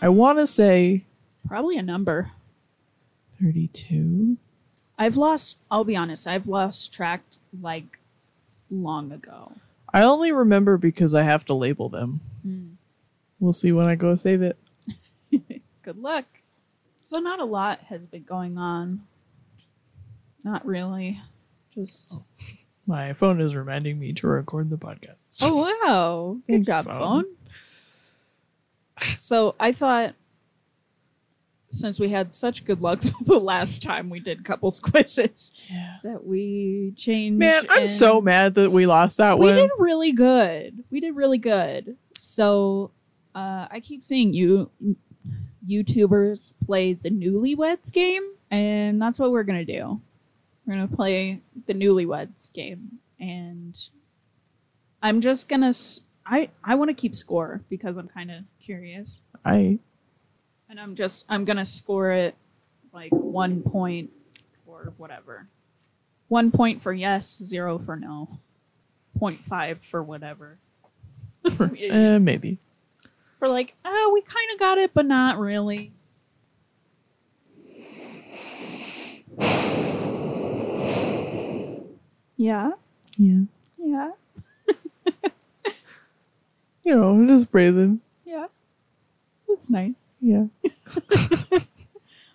I want to say Probably a number. 32. I've lost, I'll be honest, I've lost track like long ago. I only remember because I have to label them. Hmm. We'll see when I go save it. Good luck. So, not a lot has been going on. Not really. Just. My phone is reminding me to record the podcast. Oh wow! Thanks, Good job, phone. phone. So I thought, since we had such good luck the last time we did couples quizzes, Yeah. that we changed. Man, I'm and- so mad that we lost that We one. did really good. We did really good. So uh, I keep seeing you YouTubers play the Newlyweds game, and that's what we're gonna do. We're gonna play the Newlyweds game, and I'm just gonna. s- I I want to keep score because I'm kind of curious, I and I'm just I'm gonna score it like one point or whatever. One point for yes, zero for no, point five for whatever. for uh, maybe. like, oh, we kind of got it, but not really. Yeah, Yeah. yeah, You know, just breathing. yeah. That's nice. Yeah.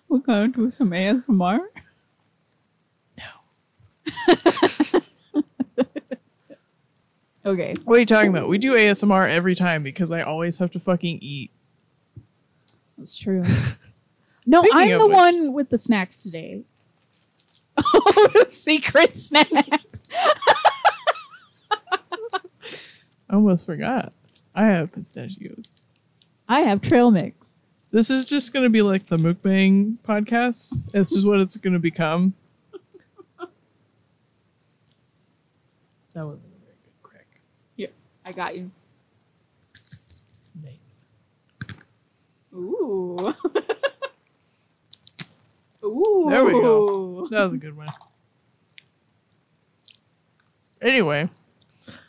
We're gonna do some ASMR. No. okay. What are you talking about? We do ASMR every time because I always have to fucking eat. That's true. no, Speaking I'm of the which- one with the snacks today. Oh, secret snacks. I almost forgot. I have pistachios. I have trail mix. This is just going to be like the mukbang podcast. This is what it's going to become. that wasn't a very good crack. I got you. Thank Ooh. Ooh. There we go. That was a good one. Anyway,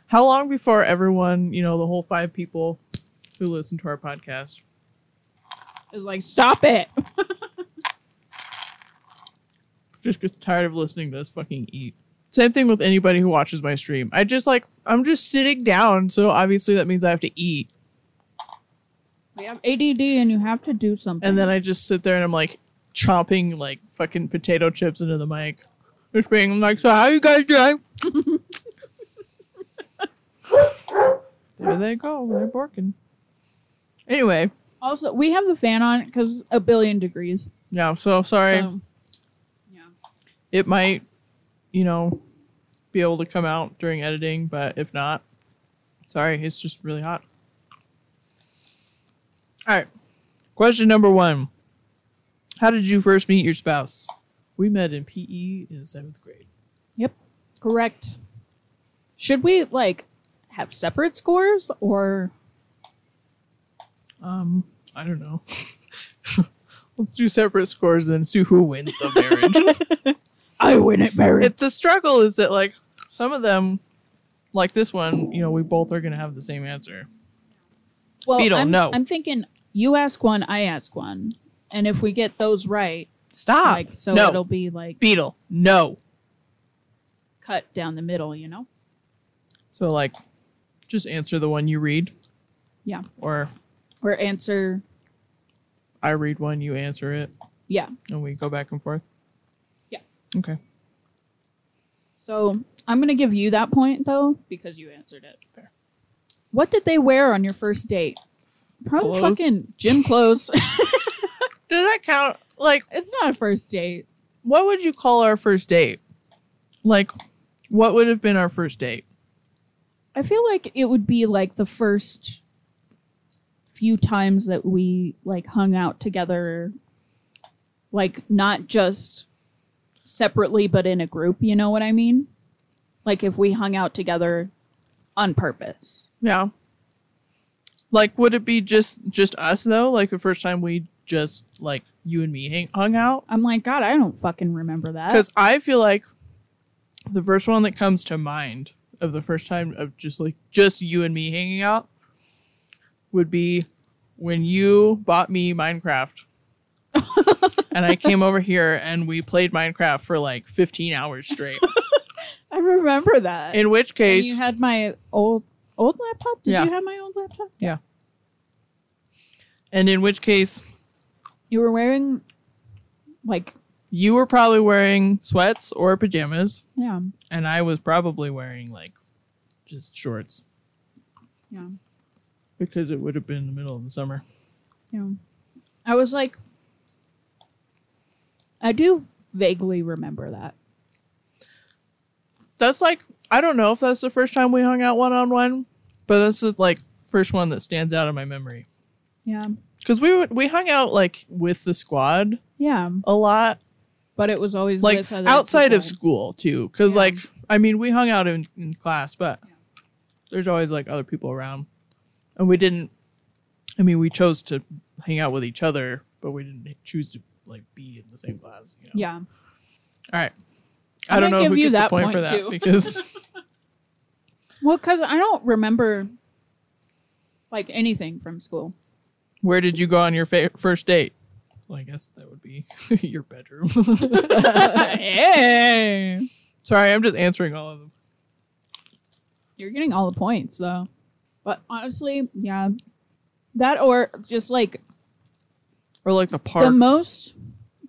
how long before everyone, you know, the whole five people who listen to our podcast, It's like, stop it. just gets tired of listening to us fucking eat? Same thing with anybody who watches my stream. I just like, I'm just sitting down, so obviously that means I have to eat. We have ADD and you have to do something. And then I just sit there and I'm like chomping like fucking potato chips into the mic. Just being like, so how you guys doing? there they go. They're barking. Anyway, also, we have the fan on because a billion degrees. yeah, so sorry. So, yeah. It might, you know, be able to come out during editing, but if not, sorry, it's just really hot. All right. Question number one How did you first meet your spouse? We met in PE in seventh grade. Correct. Should we like have separate scores or Um, I don't know. Let's do separate scores and see who wins the marriage. I win it, Mary. it, the struggle is that, like, some of them, like this one, you know, we both are going to have the same answer. Well, Beetle, I'm, no. I'm thinking you ask one, I ask one, and if we get those right, Stop. like so, Ah, no. it'll be like Beetle. No. cut down the middle, you know. So like, just answer the one you read. Yeah. Or Or answer, I read one, you answer it, yeah. and we go back and forth. Yeah. Okay. So I'm gonna give you that point though because you answered it. Fair. What did they wear on your first date? Probably Clothes. fucking gym clothes. Does that count? Like, it's not a first date. what would you call our first date? Like, what would have been our first date? I feel like it would be like the first few times that we like hung out together like not just separately but in a group, you know what I mean? Like if we hung out together on purpose. Yeah. Like, would it be just just us though? Like the first time we just like you and me hang- hung out? I'm like, god, I don't fucking remember that. Because I feel like the first one that comes to mind of the first time of just like just you and me hanging out would be when you bought me Minecraft. and I came over here and we played Minecraft for like 15 hours straight. I remember that. In which And case, you had my old old laptop. Did Yeah. you have my old laptop? and in which case, You were wearing like you were probably wearing sweats or pajamas, yeah and I was probably wearing like just shorts yeah because it would have been the middle of the summer. yeah. I was like, I do vaguely remember that. That's like I don't know if that's the first time we hung out one on one, but this is like first one that stands out in my memory Yeah because we would- we hung out like with the squad yeah, a lot, but it was always like with other outside of people. school too. Because Yeah. like I mean, we hung out in, in class, but there's always like other people around, and we didn't. I mean, we chose to hang out with each other, but we didn't choose to like be in the same class. You know? Yeah, All right. I I don't might know if give we you get a that point, for point, that too. because well, because I don't remember like anything from school. where did you go on your fa- first date? Well, I guess that would be your bedroom. hey, Sorry, I'm just answering all of them. you're getting all the points though. But honestly, yeah, that or just like Or like the park. The most,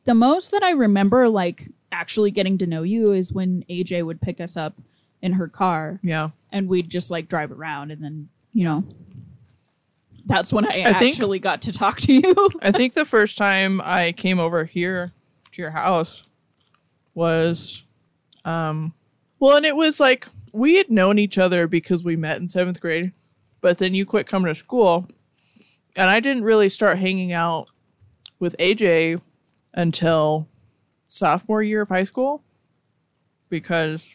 the most that I remember, like actually getting to know you, is when AJ would pick us up in her car, yeah. and we'd just like drive around, and then you know, that's when I, think- actually got to talk to you. I think the first time I came over here to your house was um well and it was like we had known each other because we met in 7th grade, but then you quit coming to school and I didn't really start hanging out with AJ until sophomore year of high school because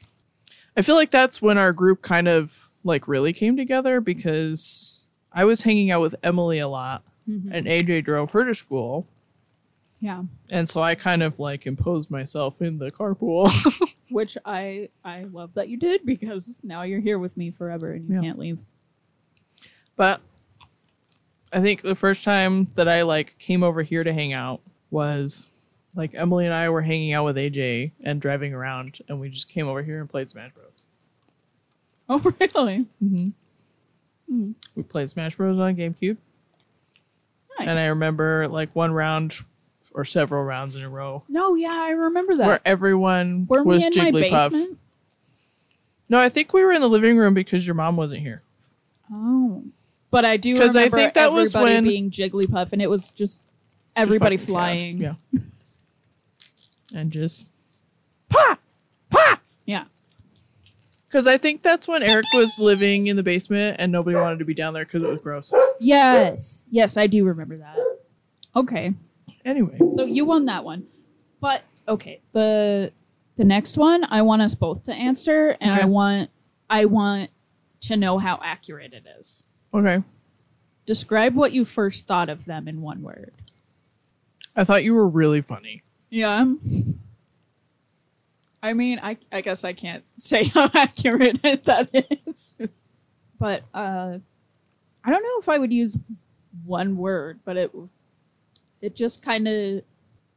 I feel like that's when our group kind of like really came together because I was hanging out with Emily a lot and AJ drove her to school. Yeah, And so I kind of like imposed myself in the carpool. which I I love that you did because now you're here with me forever, and you Yeah. can't leave. but I think the first time that I like came over here to hang out was like Emily and I were hanging out with AJ and driving around, and we just came over here and played Smash Bros. Oh really? Mm-hmm. Mm. We played Smash Bros on GameCube, Nice. and I remember like one round or several rounds in a row no, yeah, I remember that. where everyone Were was we in my Jigglypuff. basement? No, I think we were in the living room because your mom wasn't here. Oh. But I do 'Cause remember I think that was when being Jigglypuff and it was just everybody Just fucking chaos. flying. Yeah. And just Yeah. because I think that's when Eric was living in the basement and nobody wanted to be down there because it was gross. Yes. Yes, I do remember that. Okay. Anyway, So you won that one. But okay, the the next one I want us both to answer and Okay. I want I want to know how accurate it is. okay. Describe what you first thought of them in one word. I thought you were really funny. Yeah. I mean, I, I guess I can't say how accurate that is. But uh, I don't know if I would use one word, but it it just kind of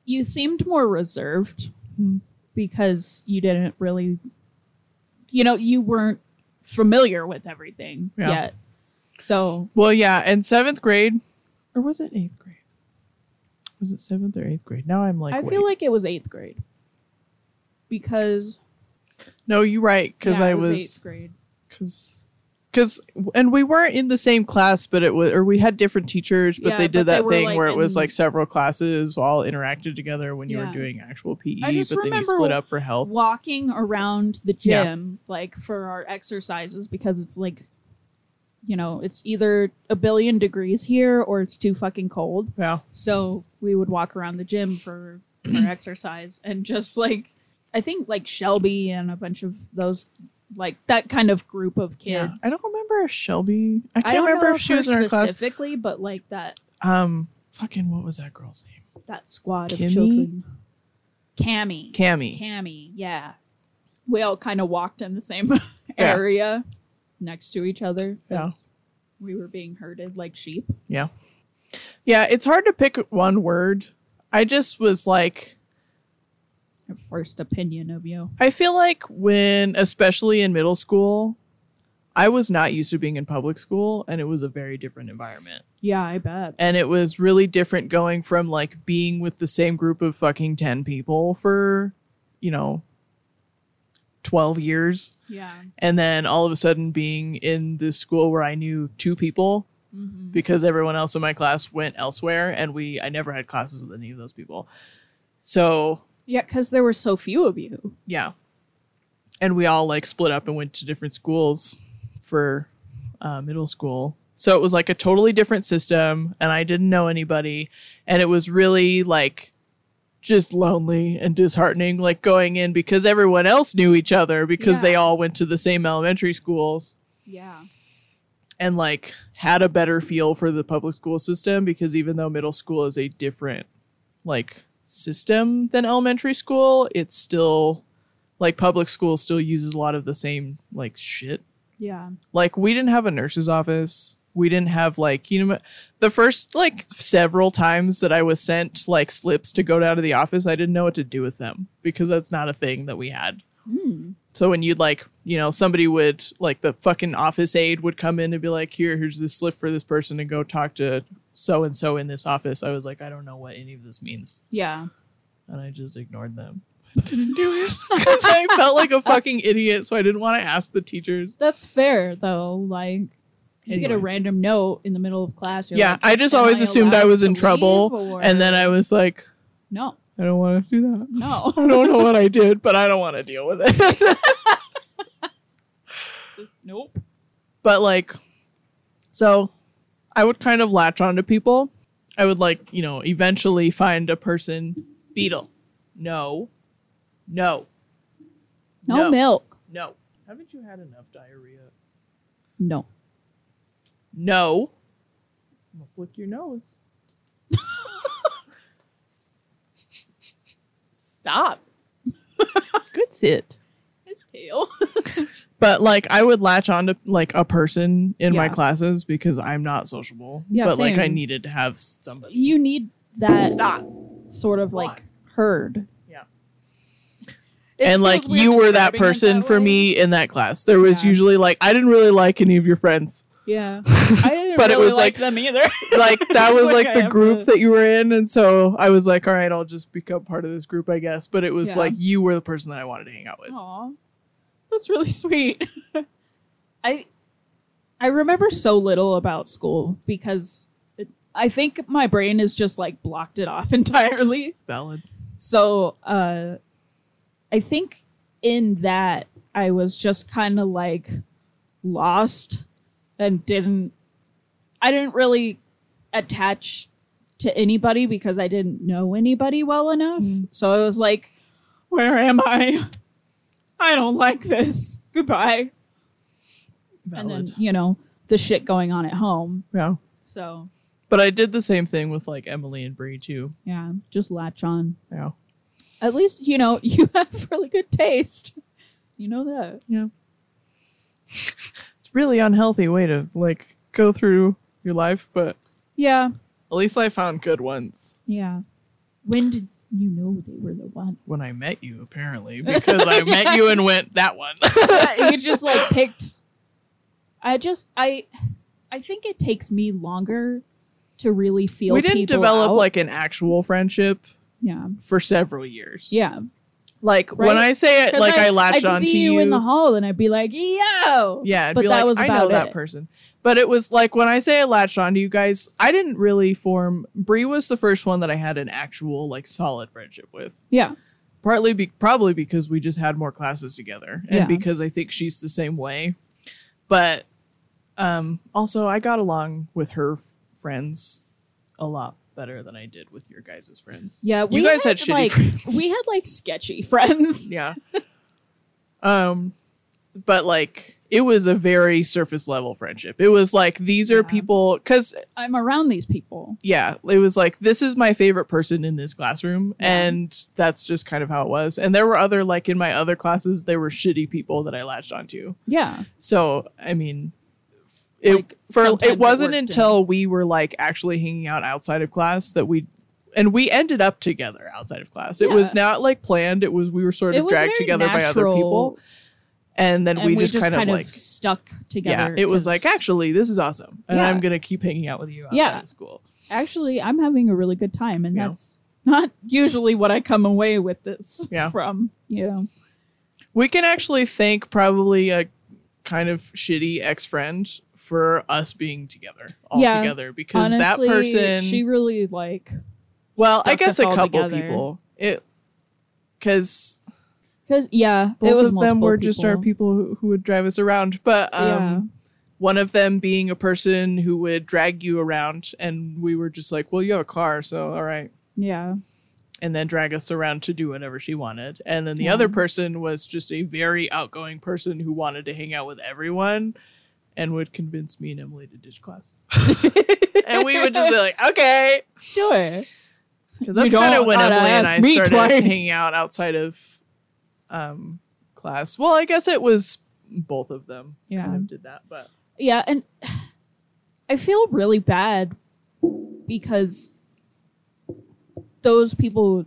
you seemed more reserved Hmm. because you didn't really you know, you weren't familiar with everything Yeah. yet. So, Well, yeah. In seventh grade, or was it eighth grade? Was it seventh or eighth grade? Now I'm like, I wait. feel like it was 8th grade. Because no, you're right because yeah, I it was eighth grade. because because and we weren't in the same class but it was or we had different teachers but Yeah, they did but they that were, thing like, where it was in- like several classes all interacted together when you were Yeah. doing actual pe I but just then you remember split up for health walking around the Yeah. gym like for our exercises because it's like you know it's either a billion degrees here or it's too fucking cold yeah so we would walk around the gym for for exercise and just like i think like shelby and a bunch of those like that kind of group of kids yeah i don't remember if shelby i I can't don't remember know if she her was in our class specifically but like that um fucking what was that girl's name that squad Kimmy? of children cammy cammy Cammy, yeah. We all kind of walked in the same area next to each other. 'cause We were being herded like sheep. Yeah. Yeah, it's hard to pick one word. I just was like, Your first opinion of you. I feel like when, especially in middle school, I was not used to being in public school and it was a very different environment. Yeah, I bet. and it was really different going from like being with the same group of fucking 10 people for you know 12 years Yeah. and then all of a sudden being in this school where i knew two people Mm-hmm. because everyone else in my class went elsewhere and we i never had classes with any of those people so Yeah, because there were so few of you. yeah and we all like split up and went to different schools for uh, middle school so it was like a totally different system and i didn't know anybody and it was really like just lonely and disheartening like going in because everyone else knew each other because Yeah. they all went to the same elementary schools Yeah. and like had a better feel for the public school system because even though middle school is a different like system than elementary school, it's still like public school still uses a lot of the same like shit. Yeah. Like we didn't have a nurse's office. We didn't have like you know the first like several times that I was sent like slips to go down to the office, I didn't know what to do with them because that's not a thing that we had. Mm. So when you'd like, you know, somebody would like the fucking office aide would come in and be like, "Here, here's this slip for this person to go talk to so and so in this office." I was like, "I don't know what any of this means," Yeah. and I just ignored them. I didn't do it because I felt like a fucking idiot, so I didn't want to ask the teachers. That's fair, though. Like, you get a Anyway. random note in the middle of class. You're Yeah, like, I just "Am always assumed I allowed was to in trouble, leave, or-" and then I was like, No, "I don't want to do that. I no. don't know what I did, but I don't want to deal with it." Just, nope. But like, so I would kind of latch onto people. I would like, you know, eventually find a person. Beetle. No. No. No, milk. No. Haven't you had enough diarrhea? No. No. I'm gonna flick your nose. Stop. Good sit. It's kale. But like I would latch on to like a person in my Yeah. classes because I'm not sociable. Yeah, but like I same. needed to have somebody. You need that Stop. sort of like herd. Yeah. It and like feels weird you were that describing it person that for way. me in that class. There was Yeah. usually like I didn't really like any of your friends. Yeah. I didn't But it really was, like like- them either. Like that was Like, like, I the have group to- that you were in, and so I was like, all right, I'll just become part of this group, I guess. But it was Yeah. like you were the person that I wanted to hang out with. Aw, that's really sweet. I I remember so little about school because it, I think my brain is just like blocked it off entirely. Valid. So uh, I think in that I was just kind of like lost and didn't I didn't really attach to anybody because I didn't know anybody well enough. Mm. So I was like, where am I? I don't like this. Goodbye. Valid. And then, you know, the shit going on at home. yeah. So, But I did the same thing with like Emily and Bree too. yeah, just latch on. Yeah. At least, you know, you have really good taste. You know that. It's really unhealthy way to like go through your life, but Yeah. at least I found good ones Yeah. When did you know they were the one? when I met you, apparently, because I met you and went that one. yeah, you just like picked. I just I, I think it takes me longer to really feel. we didn't people develop out. like an actual friendship yeah for several years. yeah. Like Right? when I say it, 'Cause like I, I'd latched on see to you, you. in the hall and I'd be like yo yeah, I'd but be that like, was I about know that it. person. But it was like when I say I latched on to you guys, I didn't really form. Bree was the first one that I had an actual like solid friendship with. yeah Partly, be, probably because we just had more classes together, and Yeah. because I think she's the same way. But um, also, I got along with her friends a lot better than I did with your guys' friends. yeah. We guys had shitty like friends. we had like sketchy friends. Yeah. um, but like it was a very surface level friendship. It was like these are Yeah. people because I'm around these people. yeah, it was like this is my favorite person in this classroom, Yeah. and that's just kind of how it was. And there were other like in my other classes, there were shitty people that I latched onto. Yeah So I mean, It Like, for sometimes it it wasn't worked until we were like actually hanging out outside of class that we and we ended up together outside of class. It was not like planned. It was we were sort It of was dragged very together by other natural, people, and then and we, just, kind, of like stuck together. yeah. It was 'cause like "Ah, actually this is awesome, and Yeah. I'm gonna keep hanging out with you outside Yeah. of school. actually, I'm having a really good time, and Yeah. that's not usually what I come away with this Yeah. from. You know, We can actually thank probably a kind of shitty ex friend for us being together all Yeah. together because honestly, that person she really like well i stuck guess us a all couple together. people it because because yeah, it both was of them multiple were just our people who, who would drive us around but um Yeah. one of them being a person who would drag you around and we were just like well you have a car so all right Yeah, and then drag us around to do whatever she wanted. And then the Yeah. other person was just a very outgoing person who wanted to hang out with everyone and would convince me and Emily to ditch class. and we would just be like, okay. sure. Because You that's kind of don't when gotta Emily and ask I me started twice. hanging out outside of um, class. Well, I guess it was both of them Yeah. kind of did that. But Yeah, and I feel really bad because those people,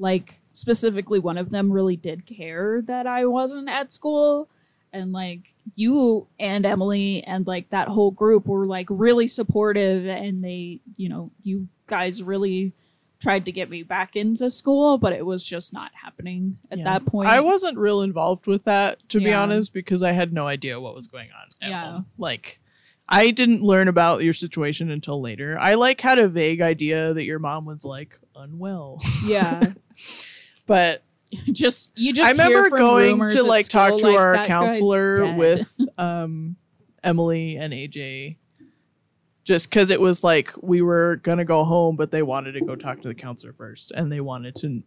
like specifically one of them, really did care that I wasn't at school. And like you and Emily and like that whole group were like really supportive, and they, you know, you guys really tried to get me back into school, but it was just not happening at Yeah. that point. I wasn't real involved with that, to be Yeah. honest, because I had no idea what was going on. At Yeah. all. Like, I didn't learn about your situation until later. I like had a vague idea that your mom was like unwell, yeah, but just you just. I hear remember from going rumors to at like talk school, to like, our that guy's counselor dead. with um, Emily and AJ. Just because it was like we were gonna go home, but they wanted to go talk to the counselor first, and they wanted to.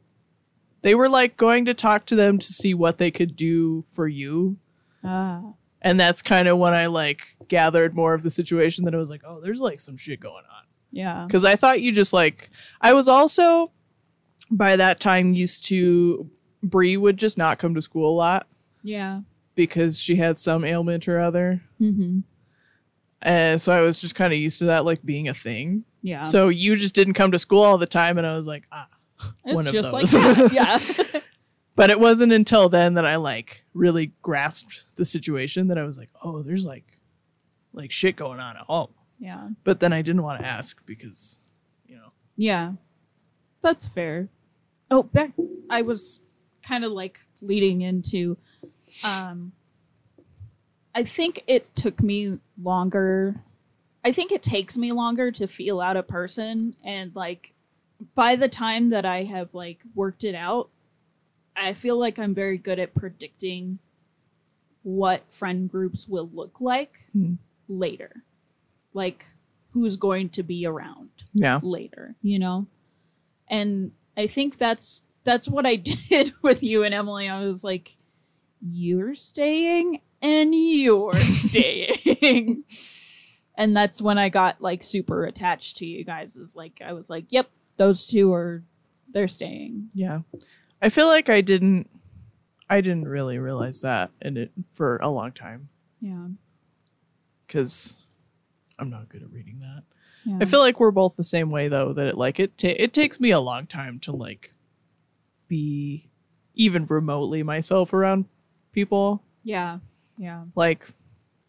They were like going to talk to them to see what they could do for you Ah. And that's kind of when I like gathered more of the situation that I was like, oh, there's like some shit going on. Yeah. Cause I thought you just like, I was also by that time used to, Bree would just not come to school a lot Yeah. because she had some ailment or other. Mm-hmm. And so I was just kind of used to that like being a thing. Yeah. So you just didn't come to school all the time. And I was like, ah. it's one of just those. like that. yeah. But it wasn't until then that I like really grasped the situation that I was like, oh, there's like, like shit going on at home. yeah. but then I didn't want to ask because, you know. Yeah. That's fair. Oh, back I was kind of like leading into um I think it took me longer. I think it takes me longer to feel out a person and like by the time that I have like worked it out, I feel like I'm very good at predicting what friend groups will look like Hmm. later. Like who's going to be around Yeah. later, you know? And I think that's that's what I did with you and Emily. I was like, you're staying and you're staying. And that's when I got like super attached to you guys. Is like I was like, yep, those two are they're staying. Yeah. I feel like I didn't I didn't really realize that in it for a long time Yeah. cuz I'm not good at reading that. Yeah. I feel like we're both the same way though that it like it ta- it takes me a long time to like be even remotely myself around people. yeah. Yeah. like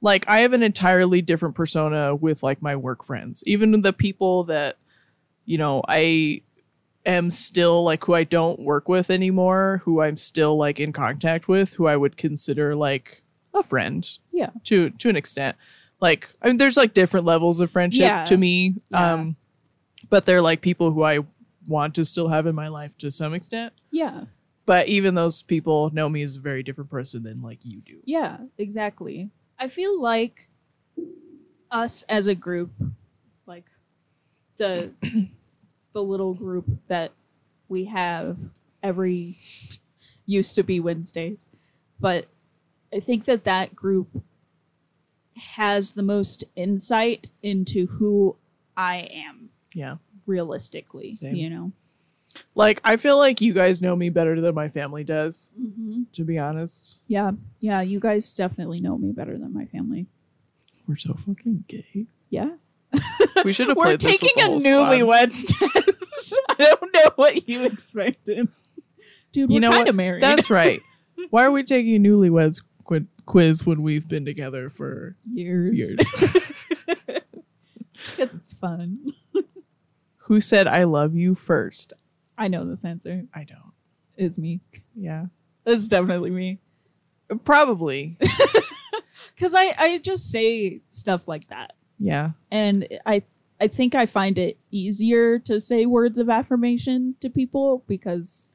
like i have an entirely different persona with like my work friends even the people that you know i am still like who i don't work with anymore who i'm still like in contact with who i would consider like a friend Yeah. to to an extent like i mean there's like different levels of friendship Yeah. to me Yeah. um but they're like people who i want to still have in my life to some extent Yeah. but even those people know me as a very different person than like you do Yeah, exactly. I feel like us as a group, like the the little group that we have every used to be Wednesdays, but I think that that group has the most insight into who I am yeah realistically, Same. you know. Like I feel like you guys know me better than my family does, Mm-hmm. to be honest. Yeah, yeah, you guys definitely know me better than my family. We're so fucking gay. Yeah. We should have We're played this with taking the a whole newlyweds test. I don't know what you expected. Dude, You we're know kind what? of married. That's right. Why are we taking a newlyweds qu- quiz when we've been together for years. years? Because it's fun. Who said I love you first? I know this answer. I don't. It's me. Yeah. It's definitely me. Probably. Because I, I just say stuff like that. yeah. And I I think I find it easier to say words of affirmation to people because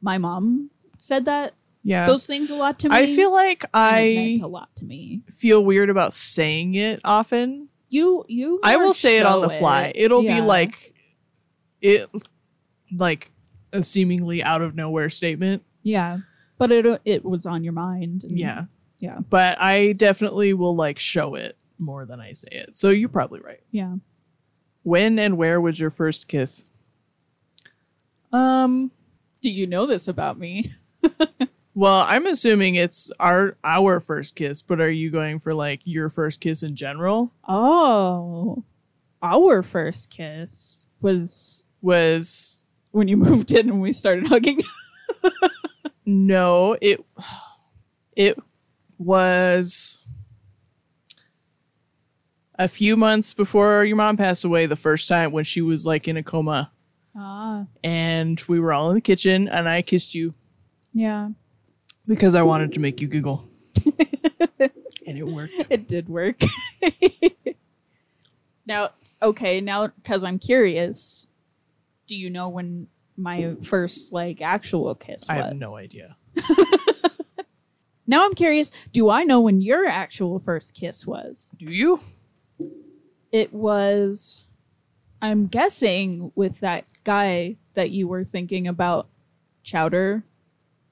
my mom said that Yeah. those things a lot to me. I feel like and it I meant a lot to me. feel weird about saying it often. You you I will more say it on the show fly. It'll Yeah. be like it like a seemingly out of nowhere statement. Yeah. But it it was on your mind. and- Yeah. Mm-hmm. Yeah. But I definitely will like show it more than I say it. So you're probably right. Yeah. When and where was your first kiss? Um Do you know this about me? well, I'm assuming it's our our first kiss, but are you going for like your first kiss in general? Oh. Our first kiss was Was when you moved in and we started hugging. no, it it was a few months before your mom passed away the first time when she was like in a coma Ah. and we were all in the kitchen and I kissed you Yeah. because I wanted to make you giggle. and it worked. It did work. now, okay, now cuz I'm curious, do you know when my first like actual kiss was? I have no idea. Now I'm curious, do I know when your actual first kiss was? Do you? it was i'm guessing with that guy that you were thinking about chowder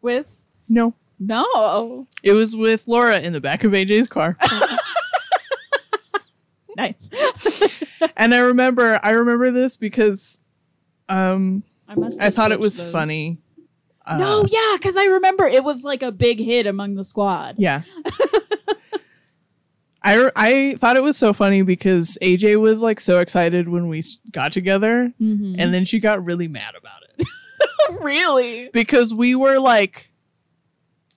with No. no It was with Laura in the back of AJ's car. nice and I remember I remember this because um i must I have thought it switched was those. funny. Uh, no yeah because i remember it was like a big hit among the squad Yeah. I, re- I thought it was so funny because AJ was like so excited when we s- got together mm-hmm. and then she got really mad about it really because we were like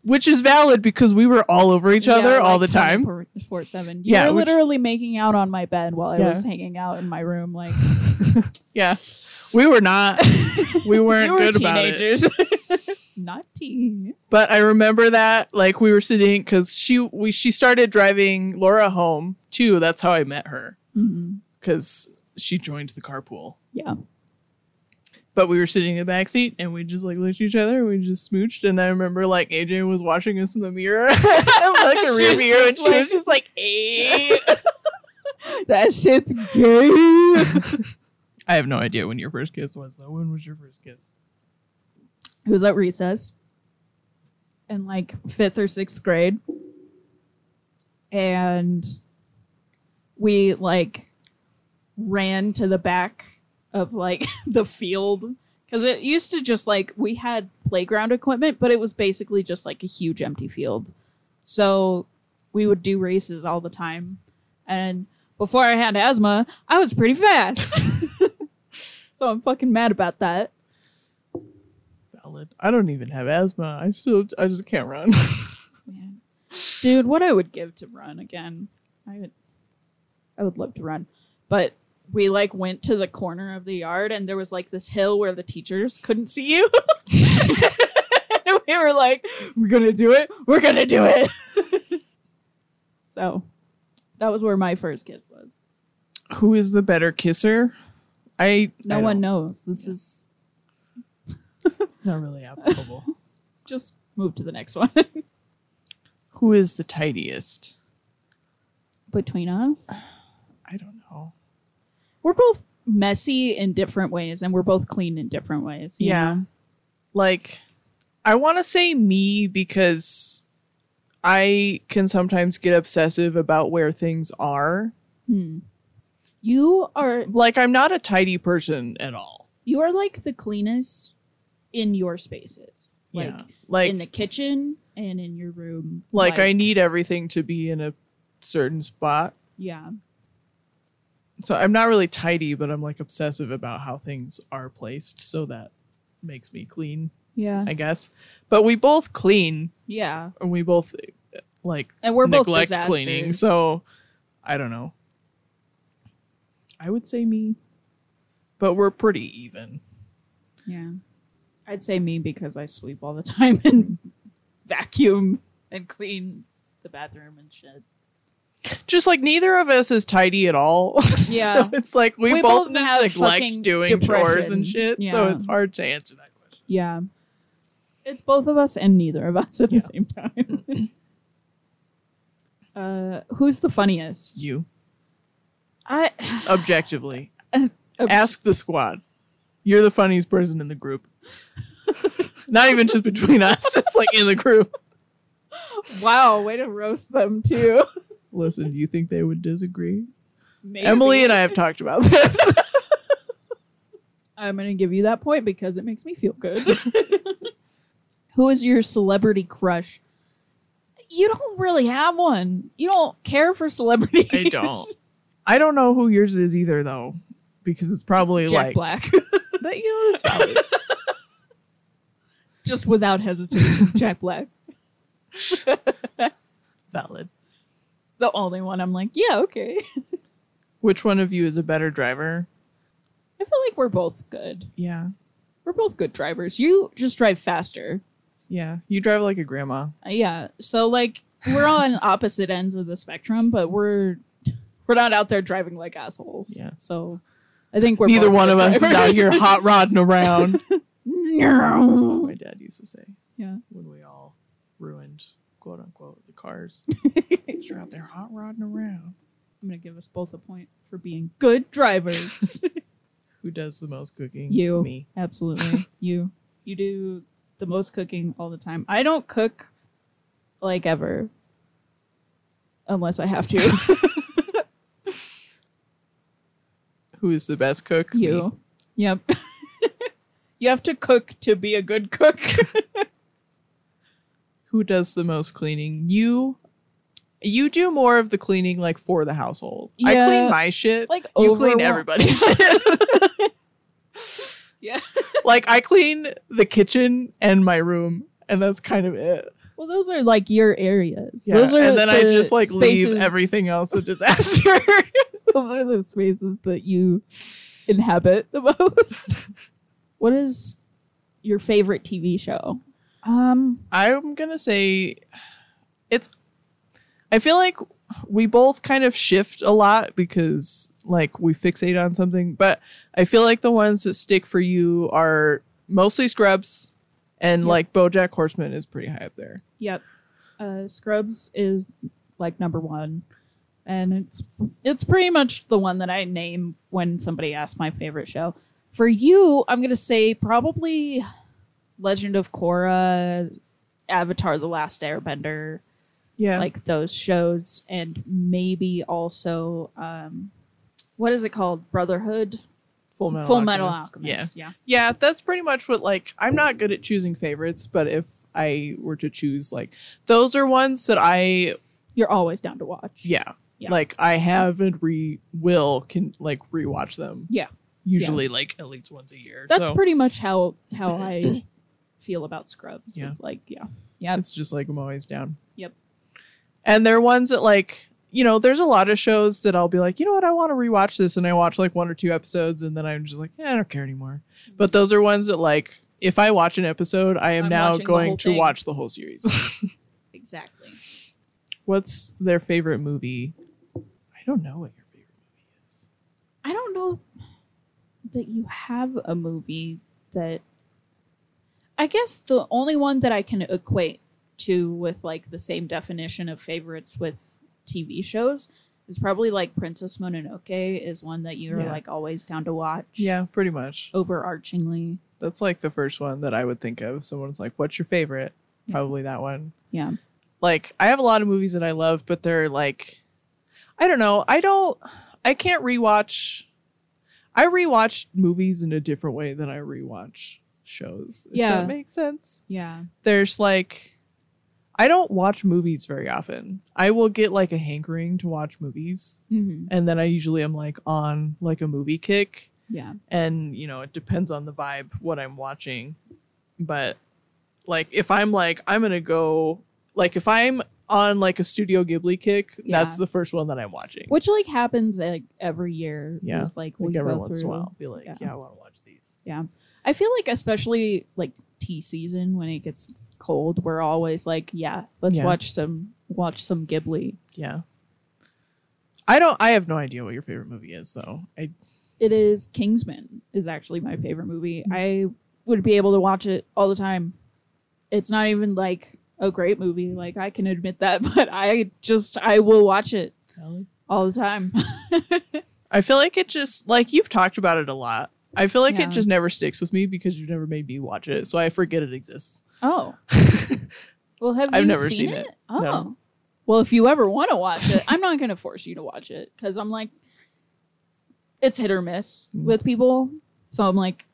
which is valid because we were all over each other all the time. four seven you Yeah, were which- literally making out on my bed while i Yeah. was hanging out in my room like Yeah. We were not we weren't you were good about it. teenagers not teen But I remember that like we were sitting because she we she started driving Laura home too. That's how I met her Mhm. because she joined the carpool. yeah But we were sitting in the back seat and we just like looked at each other and we just smooched. And I remember like AJ was watching us in the mirror, like a She rear was mirror, and just she like- was just like, "Eh." "Hey." that shit's gay I have no idea when your first kiss was though. When was your first kiss? It was at recess in like fifth or sixth grade. And we like ran to the back of like the field because it used to just like we had playground equipment, but it was basically just like a huge empty field. So we would do races all the time. And before I had asthma, I was pretty fast. so I'm fucking mad about that. Valid. I don't even have asthma. I still I just can't run. Man. Dude, what I would give to run again. I would I would love to run. But we like went to the corner of the yard and there was like this hill where the teachers couldn't see you. and we were like, we're going to do it. We're going to do it. so, that was where my first kiss was. Who is the better kisser? I No I one don't- knows. This is not really applicable. just move to the next one. Who is the tidiest? Between us, I don't know. we're both messy in different ways and we're both clean in different ways. you Yeah. know? Like, I want to say me because I can sometimes get obsessive about where things are. Hmm. You are Like, I'm not a tidy person at all. you are like the cleanest in your spaces. Like yeah. Like, in the kitchen and in your room. like I need everything to be in a certain spot. Yeah. So I'm not really tidy, but I'm like obsessive about how things are placed. So that makes me clean, Yeah. I guess. But we both clean Yeah. and we both uh, like And we're both neglect disasters. cleaning. So I don't know. I would say me, but we're pretty even. Yeah. I'd say me because I sweep all the time and vacuum and clean the bathroom and shit. Just like neither of us is tidy at all. Yeah. so it's like we, We both, both have just neglect fucking doing chores depression. and shit. So Yeah. it's hard to answer that question. Yeah. It's both of us and neither of us at Yeah. the same time. uh who's the funniest? You I objectively Ob- ask the squad. You're the funniest person in the group. Not even just between us. It's like in the group. wow, way to roast them too. Listen, do you think they would disagree? Maybe. Emily and I have talked about this. I'm gonna give you that point because it makes me feel good. Who is your celebrity crush? You don't really have one. You don't care for celebrities. I don't. I don't know who yours is either, though, because it's probably like Jack Black, That, you know, that's valid. just without hesitation, Jack Black, valid. the only one. I'm like, yeah, okay. Which one of you is a better driver? I feel like we're both good. Yeah, We're both good drivers. You just drive faster. yeah. You drive like a grandma. Uh, yeah. So like we're on opposite ends of the spectrum, but we're we're not out there driving like assholes. Yeah. So I think we're Neither both one good of us is out drivers. here hot rodding around. That's what No. my dad used to say Yeah. when we all ruined "quote unquote" the cars. You're out there hot rodding around. I'm gonna give us both a point for being good drivers. Who does the most cooking? You. me. Absolutely. you you do the most cooking all the time. I don't cook like ever. Unless I have to. Who is the best cook? Me. you. Yep. you have to cook to be a good cook. Who does the most cleaning? You. You do more of the cleaning, like for the household. I Yeah. clean my shit. like you over clean everybody's shit. Yeah. like I clean the kitchen and my room, and that's kind of it. Well, those are like your areas. Yeah. Those are and then I the just like leave spaces- everything else a disaster. Those are the spaces that you inhabit the most. what is your favorite TV show? Um, I'm gonna say it's I feel like we both kind of shift a lot because like we fixate on something, but I feel like the ones that stick for you are mostly scrubs and Yeah. like Bojack Horseman is pretty high up there. yep. Uh, Scrubs is like number one, and it's it's pretty much the one that I name when somebody asks my favorite show. For you, I'm gonna say probably Legend of Korra, Avatar: The Last Airbender. Yeah. like those shows and maybe also um what is it called brotherhood Full Metal full metal Alchemist. alchemist Yeah. yeah Yeah, that's pretty much what like I'm not good at choosing favorites, but if I were to choose like those are ones that I you're always down to watch yeah, Yeah. like I have and re will can like rewatch them. Yeah. Usually like at least once a year. that's so pretty much how how i feel about scrubs Yeah. it's like yeah yeah it's just like I'm always down. Yep. And they're ones that like you know, there's a lot of shows that I'll be like, you know what, I want to rewatch this, and I watch like one or two episodes, and then I'm just like, eh, I don't care anymore. But those are ones that like, if I watch an episode, I am Mm-hmm. I'm now watching the whole going to thing. watch the whole series. exactly What's their favorite movie? I don't know what your favorite movie is. i don't know that you have a movie that i guess the only one that i can equate to with like the same definition of favorites with tv shows is probably like princess mononoke is one that you're Yeah. like always down to watch Yeah, pretty much. overarchingly That's like the first one that I would think of. Someone's like, "What's your favorite?" Yeah. Probably that one. yeah Like, I have a lot of movies that I love, but they're like I don't know. I don't I can't rewatch I rewatch movies in a different way than I rewatch shows. If Yeah. that makes sense. yeah There's like I don't watch movies very often. I will get like a hankering to watch movies, Mm-hmm. and then I usually am like on like a movie kick, Yeah. and you know it depends on the vibe what I'm watching, but like if I'm like I'm gonna go like if I'm on like a Studio Ghibli kick, that's Yeah. the first one that I'm watching. Which like happens like every year. Yeah, There's, like we Like every go once in a through. while, be like, yeah, yeah. I want to watch these. I feel like especially like tea season when it gets cold, we're always like, yeah, let's Yeah. watch some watch some Ghibli. Yeah. I don't. I have no idea what your favorite movie is, though. I It is Kingsman is actually my favorite movie. I would be able to watch it all the time. It's not even like a great movie, like I can admit that, but I just I will watch it all the time. I feel like it just like you've talked about it a lot. I feel like Yeah. it just never sticks with me because you've never made me watch it, so I forget it exists. Oh. well, have I've you never seen, seen it? it. Oh. No. Well, if you ever want to watch it, I'm not going to force you to watch it because I'm like, it's hit or miss Mm. with people. So I'm like,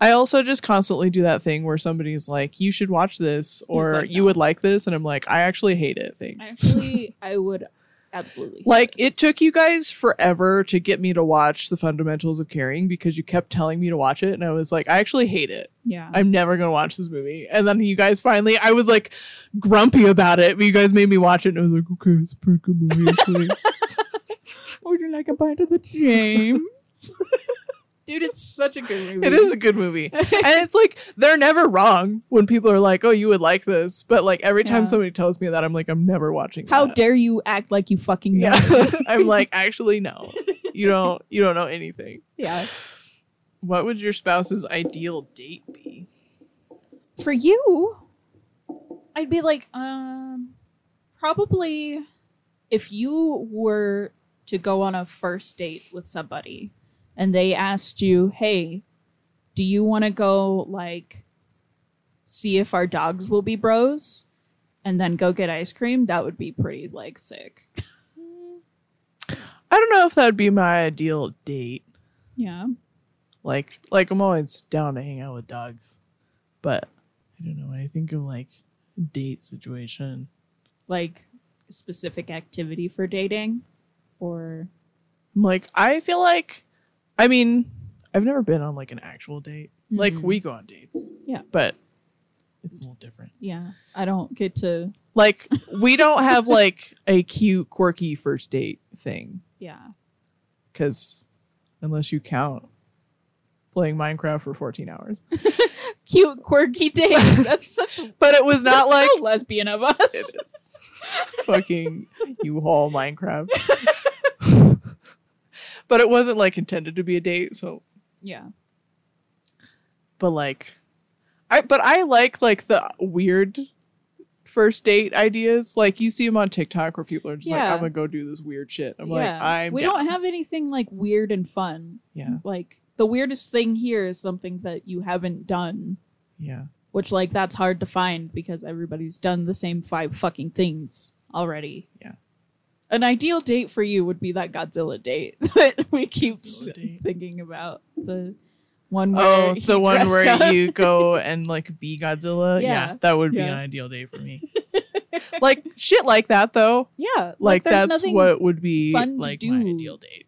I also just constantly do that thing where somebody's like, "You should watch this," or like, "You "No." would like this," and I'm like, "I actually hate it." Thanks. actually, I would absolutely. hate Like this. it took you guys forever to get me to watch The Fundamentals of Caring because you kept telling me to watch it and I was like, I actually hate it. Yeah. I'm never gonna watch this movie. And then you guys finally, I was like grumpy about it, but you guys made me watch it, and I was like, okay, it's a pretty good movie. Actually. Would you like a bite of the James? Dude, it's such a good movie. it is a good movie, and it's like they're never wrong when people are like, oh, you would like this, but like every time Yeah. somebody tells me that, I'm like, I'm never watching. How that. dare you act like you fucking know? Yeah, I'm like, actually, no, you don't, you don't know anything. yeah. What would your spouse's ideal date be? for you, I'd be like, um, probably if you were to go on a first date with somebody and they asked you, hey, do you want to go like see if our dogs will be bros and then go get ice cream? That would be pretty like sick. I don't know if that would be my ideal date. Yeah. Like, like I'm always down to hang out with dogs, but I don't know. When I think of like a date situation, Like specific activity for dating or I'm like, I feel like, I mean, I've never been on like an actual date. Like Mhm. we go on dates, Yeah. but it's a little different. yeah, I don't get to Like we don't have like a cute, quirky first date thing yeah. because unless you count playing Minecraft for 14 hours, cute, quirky dating. That's such but it was not that's like so lesbian of us. It is. fucking you haul Minecraft. but it wasn't like intended to be a date, so Yeah, but like I but I like like the weird first date ideas. Like you see them on TikTok where people are just like, Yeah. I'm gonna go do this weird shit. I'm yeah. like, I'm we down." don't have anything like weird and fun. Yeah, Like the weirdest thing here is something that you haven't done, yeah. which like that's hard to find because everybody's done the same five fucking things already. Yeah. An ideal date for you would be that Godzilla date that we keep Godzilla s- date. thinking about. The one where Oh, he the one dressed where up. you go and like be Godzilla. Yeah, Yeah. that would be Yeah. an ideal day for me. like shit like that though. yeah, like, there's that's nothing- what would be fun to like do. my ideal date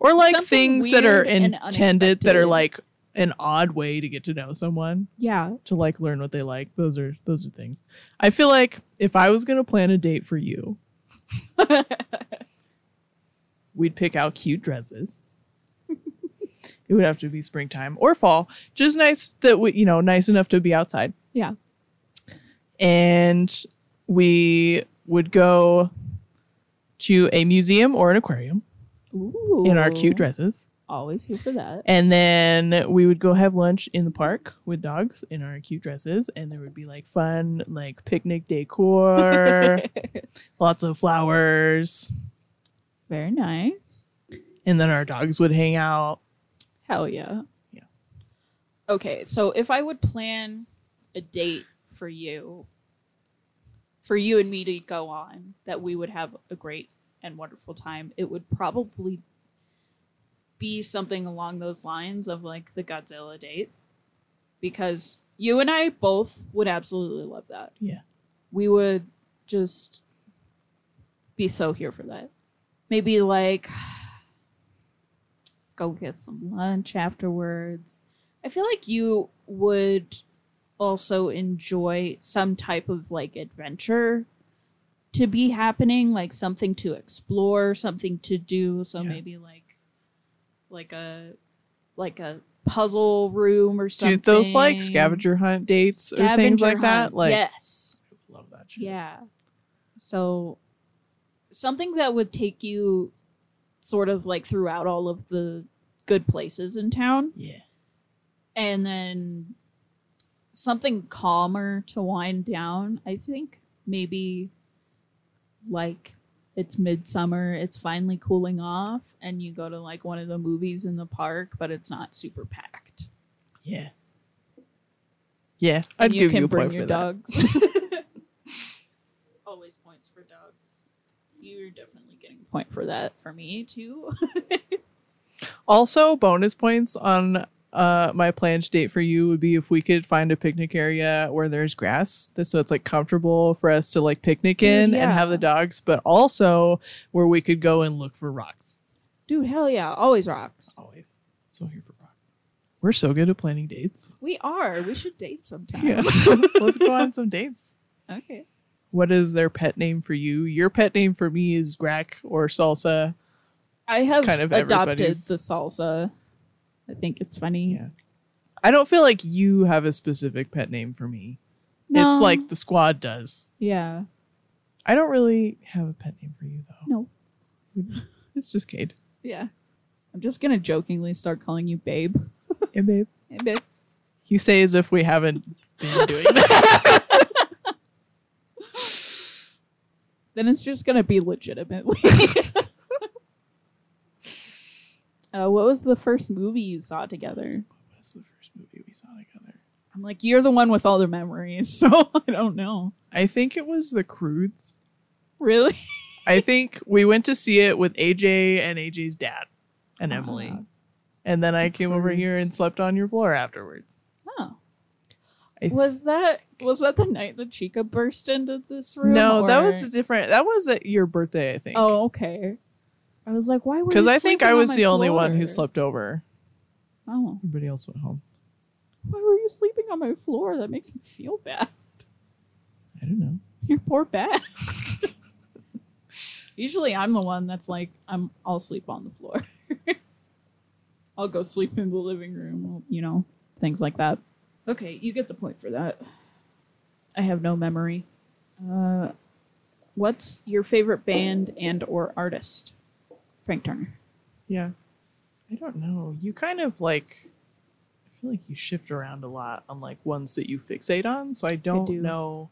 or like Something things that are weird and intended that are unexpected. like an odd way to get to know someone Yeah, to like learn what they like those are those are things i feel like if i was going to plan a date for you we'd pick out cute dresses it would have to be springtime or fall just nice that we you know nice enough to be outside Yeah. and we would go to a museum or an aquarium Ooh. in our cute dresses Always here for that. and then we would go have lunch in the park with dogs in our cute dresses, and there would be like fun, like picnic decor, lots of flowers, Very nice. and then our dogs would hang out. Hell yeah. Yeah. Okay, so if I would plan a date for you, for you and me to go on, that we would have a great and wonderful time, it would probably be something along those lines of like the Godzilla date. Because you and I both would absolutely love that. Yeah. we would just be so here for that. Maybe like go get some lunch afterwards. I feel like you would also enjoy some type of like adventure to be happening, like something to explore, something to do. So Yeah. maybe like like a like a puzzle room or something. Dude, those like scavenger hunt dates or things Scavenger like that. hunt, Like, yes. love that shit. Yeah. So something that would take you sort of like throughout all of the good places in town Yeah. and then something calmer to wind down. I think maybe like it's midsummer, it's finally cooling off and you go to like one of the movies in the park, but it's not super packed. Yeah. Yeah. And I'd give you a point for that. dogs. Always points for dogs. You're definitely getting a point for that for me too. Also, bonus points on uh my planned date for you would be if we could find a picnic area where there's grass th- so it's like comfortable for us to like picnic Dude, in and have yeah. the dogs, but also where we could go and look for rocks. Dude, hell yeah. Always rocks. Always. So here for rocks. We're so good at planning dates. We are. We should date sometime. Yeah. Let's go on some dates. Okay. What is their pet name for you? Your pet name for me is Grack or Salsa. I have kind of adopted everybody's- the salsa. I think it's funny. Yeah. I don't feel like you have a specific pet name for me. It's No. like the squad does. Yeah. I don't really have a pet name for you though. No. It's just Cade. Yeah. I'm just gonna jokingly start calling you babe. Hey, babe. Hey, babe. You say as if we haven't been doing that. then it's just gonna be legitimately. uh, what was the first movie you saw together? That's the first movie we saw together. I'm like, you're the one with all the memories, so I don't know. I think it was The Crudes. Really? I think we went to see it with AJ and AJ's dad and Emily. Ah. and then I The came over here Croods. and slept on your floor afterwards. Oh. I was that was that the night that Chica burst into this room? No, that or- was different. That was at your birthday, I think. Oh, okay. I was like, why were? because you I think sleeping I on was my the only one who floor? slept over. Oh, Everybody else went home. why were you sleeping on my floor? That makes me feel bad. I don't know. Your poor back. Usually, I'm the one that's like, I'm. I'll sleep on the floor. I'll go sleep in the living room. I'll- You know, things like that. Okay, you get the point for that. I have no memory. Uh, what's your favorite band and or artist? Frank Turner. Yeah, I don't know. You kind of like. I feel like you shift around a lot on like ones that you fixate on. So I don't do. know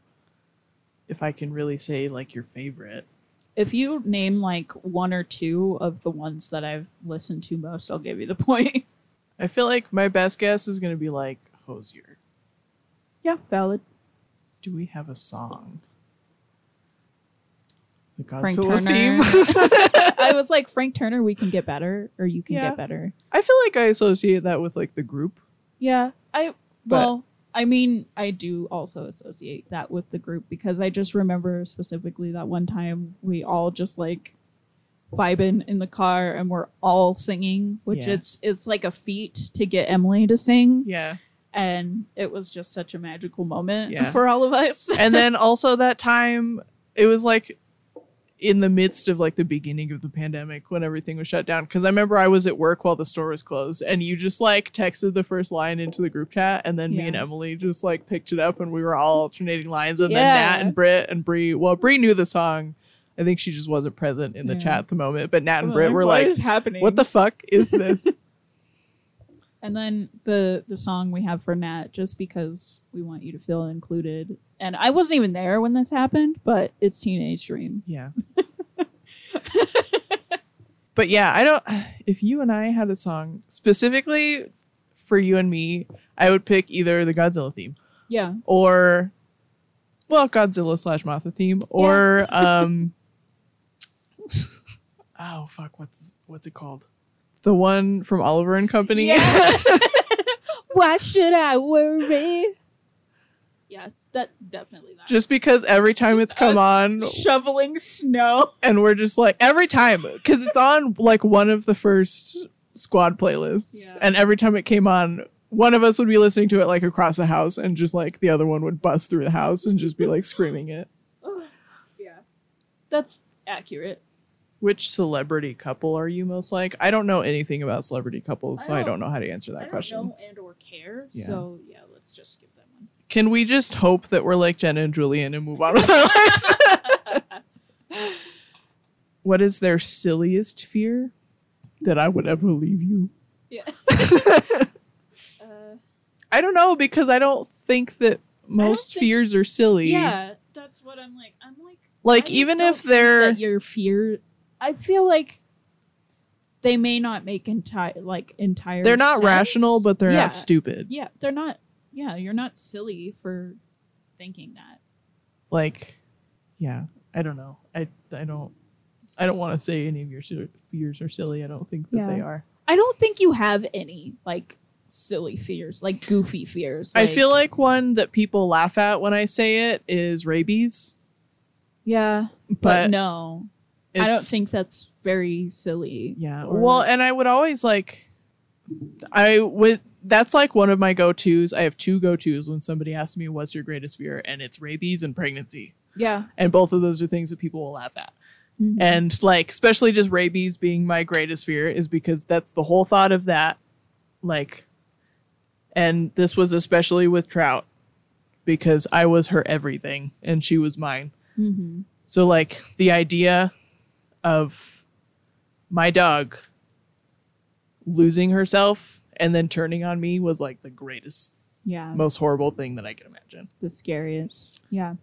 if I can really say like your favorite. If you name like one or two of the ones that I've listened to most, I'll give you the point. I feel like my best guess is gonna be like Hosier. yeah, valid. Do we have a song? The Frank Godzilla Turner. theme. I was like, Frank Turner, we can get better, or you can Yeah. get better. I feel like I associate that with like the group. Yeah. I, But- well, I mean, I do also associate that with the group because I just remember specifically that one time we all just like vibing in the car and we're all singing, which Yeah. it's it's like a feat to get Emily to sing. Yeah. And it was just such a magical moment Yeah. for all of us. and then also that time it was like in the midst of like the beginning of the pandemic when everything was shut down because i remember i was at work while the store was closed and you just like texted the first line into the group chat and then me Yeah. and emily just like picked it up and we were all alternating lines and Yeah. then nat and britt and Bree. well Bree knew the song i think she just wasn't present in the Yeah. chat at the moment but nat and We're britt were what like is happening? what the fuck is this And then the the song we have for Nat, just because we want you to feel included. And I wasn't even there when this happened, but it's Teenage Dream. Yeah. but yeah, I don't. If you and I had a song specifically for you and me, I would pick either the Godzilla theme Yeah. or, well, Godzilla slash Mothra theme or, um, oh fuck, what's what's it called? The one from Oliver and Company. Why should I worry? Yeah, That definitely not. Just because every time it's come on shoveling snow. and we're just like every time because it's on like one of the first squad playlists Yeah. and every time it came on one of us would be listening to it like across the house and just like the other one would bust through the house and just be like screaming it Ugh. yeah, that's accurate. which celebrity couple are you most like i don't know anything about celebrity couples so i I don't, don't- know how to answer that I don't question know and or care. Yeah. So yeah, let's just skip that one. can we just hope that we're like jenna and julian and move on with our lives what is their silliest fear that i would ever leave you Yeah. uh, I don't know because I don't think that most think- fears are silly. yeah, that's what I'm like. I'm like, Like I even don't if think they're that your fear, I feel like they may not make entire like entire. they're not sense. rational, but they're Yeah. not stupid. yeah, they're not. Yeah, you're not silly for thinking that. Like yeah, I don't know. I I don't I don't want to say any of your si- fears are silly. I don't think that Yeah. they are. I don't think you have any like silly fears, like goofy fears. I feel like one that people laugh at when I say it is rabies, yeah, but, but no, I don't it's- think that's very silly. Yeah. or- well, and I would always like I would that's like one of my go-tos. I have two go-tos when somebody asks me what's your greatest fear and it's rabies and pregnancy. Yeah, And both of those are things that people will laugh at. Mhm. And like especially just rabies being my greatest fear is because that's the whole thought of that like and this was especially with Trout because I was her everything and she was mine. Mhm. So like the idea of my dog losing herself and then turning on me was like the greatest, yeah, most horrible thing that I could imagine. the scariest. Yeah,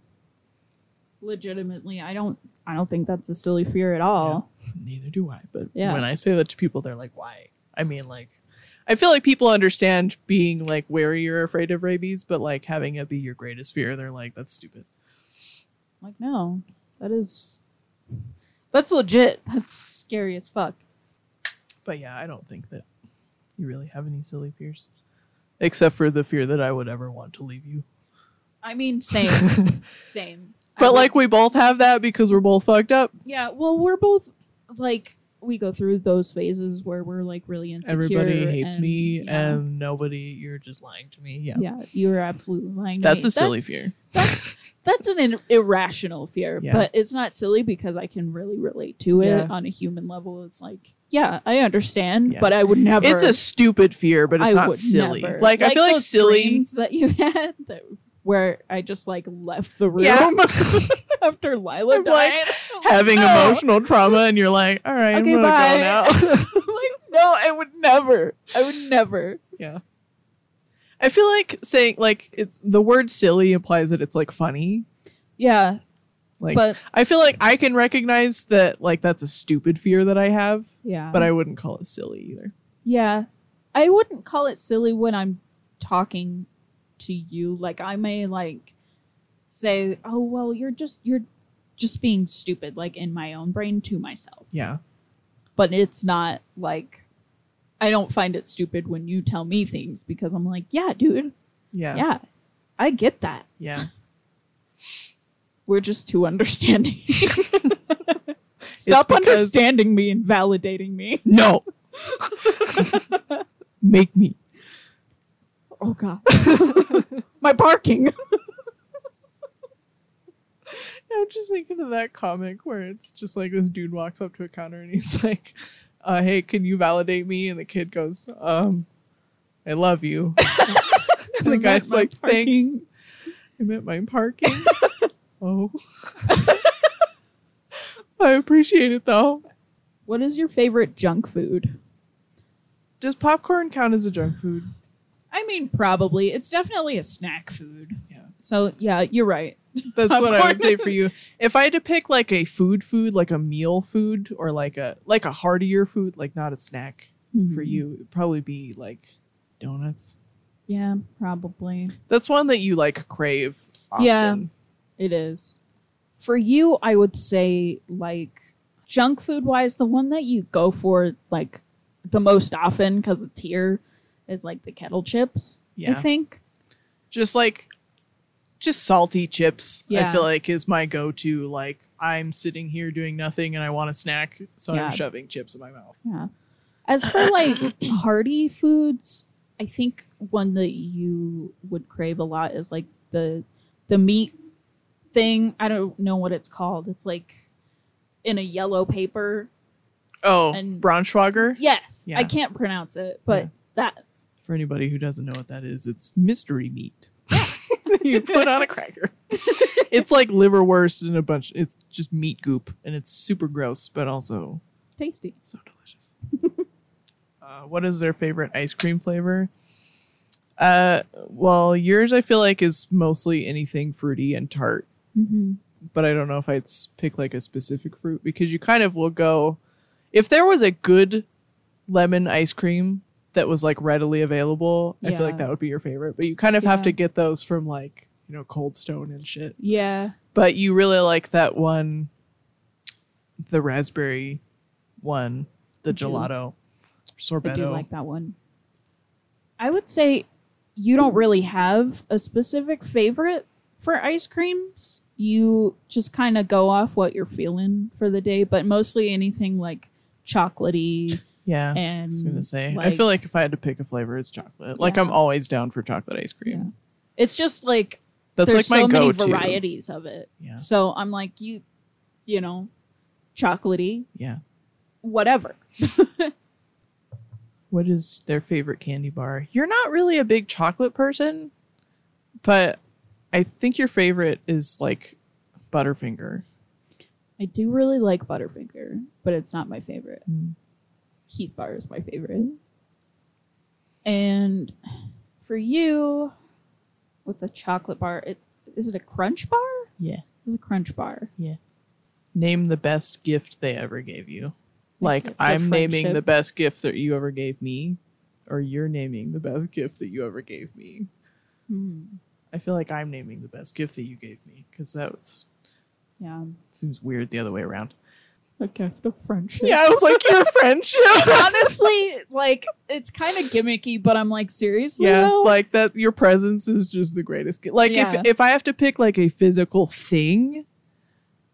legitimately, I don't. I don't think that's a silly fear at all. Neither do I, but Yeah. when I say that to people, they're like, "Why?" I mean, like, I feel like people understand being like wary you're afraid of rabies, but like having it be your greatest fear, they're like, "That's stupid." Like no, that is. That's legit. That's scary as fuck. But yeah, I don't think that you really have any silly fears, except for the fear that I would ever want to leave you. I mean, same, same. I But would- like we both have that because we're both fucked up. Yeah, well, we're both like we go through those phases where we're like really insecure. Everybody hates and- me yeah. and nobody you're just lying to me. Yeah. yeah, you are absolutely lying. to That's me. a silly fear. That's that's an in- irrational fear, Yeah. but it's not silly because I can really relate to it Yeah. on a human level. It's like, yeah, I understand, Yeah. but I would never. It's a stupid fear, but it's I not would silly. never. Like, I feel like those silly. dreams that you had that, where I just like left the room Yeah. after Lila I'm like, died. Having No. emotional trauma and you're like, all right, I'm Okay, gonna go now. bye. like, no, I would never. I would never. I feel like saying like it's the word silly implies that it's like funny. Yeah, Like but I feel like I can recognize that like that's a stupid fear that I have, yeah, but I wouldn't call it silly either. yeah, I wouldn't call it silly when I'm talking to you. Like I may like say, "Oh, well, you're just you're just being stupid," like in my own brain to myself. Yeah. But it's not like I don't find it stupid when you tell me things because I'm like, "Yeah, dude, Yeah. yeah I get that." yeah. we're just too understanding. Stop Stop understanding me and validating me. No. Make me. Oh god. My barking. I'm just thinking of that comic where it's just like this dude walks up to a counter and he's like, uh, "Hey, can you validate me?" And the kid goes, "Um, I love you." and the guy's like, "Thanks." I meant my parking. oh, I appreciate it though. What is your favorite junk food? Does popcorn count as a junk food? I mean probably. It's definitely a snack food. Yeah. So yeah, you're right. That's what I Popcorn. would say for you. If I had to pick like a food food, like a meal food, or like a like a heartier food, like not a snack. Mm-hmm. for you it'd probably be like donuts Yeah, probably. that's one that you like crave often. Yeah. It is. For you, I would say like junk food wise, the one that you go for like the most often because it's here is like the kettle chips. I Yeah. think. just like just salty chips. I Yeah. feel like is my go-to. Like I'm sitting here doing nothing and I want a snack, so Yeah. I'm shoving chips in my mouth. Yeah. As for like hearty foods, I think one that you would crave a lot is like the the meat thing. I don't know what it's called. It's like in a yellow paper. Oh, And- Braunschweiger. Yes, Yeah. I can't pronounce it, but Yeah. that For anybody who doesn't know what that is, it's mystery meat. you put on a cracker. it's like liverwurst and a bunch. It's just meat goop, and it's super gross, but also tasty. so delicious. uh, what is their favorite ice cream flavor? Uh, well, yours I feel like is mostly anything fruity and tart, Mm-hmm. but I don't know if I'd s- pick like a specific fruit because you kind of will go. If there was a good lemon ice cream that was like readily available, I feel Yeah. like that would be your favorite. But you kind of have Yeah. to get those from like you know Cold Stone and shit. Yeah. But you really like that one, the raspberry one, the I do. gelato, I do sorbetto. like that one. I would say you don't really have a specific favorite for ice creams. You just kind of go off what you're feeling for the day, but mostly anything like chocolatey yeah. I and was gonna say, I feel like if I had to pick a flavor, it's chocolate. Like Yeah. I'm always down for chocolate ice cream. Yeah. it's just like That's there's like so my many go-to. varieties of it. Yeah, So I'm like you, you know, chocolatey, yeah. whatever. What is their favorite candy bar? You're not really a big chocolate person, but I think your favorite is like Butterfinger. I do really like Butterfinger, but it's not my favorite. Mm. Heath Bar is my favorite. And for you, with the chocolate bar, it, is it a crunch bar? Yeah. It's a crunch bar. Name the best gift they ever gave you. Like gift of I'm naming friendship. the best gift that you ever gave me, or you're naming the best gift that you ever gave me. Mm. Hmm. I feel like I'm naming the best gift that you gave me because that was, Yeah. seems weird the other way around. A gift of friendship. Yeah, I was like, you're French. Honestly, like it's kind of gimmicky, but I'm like, seriously? yeah, though? like that. Your presence is just the greatest. gift. Like Yeah. if if I have to pick like a physical thing,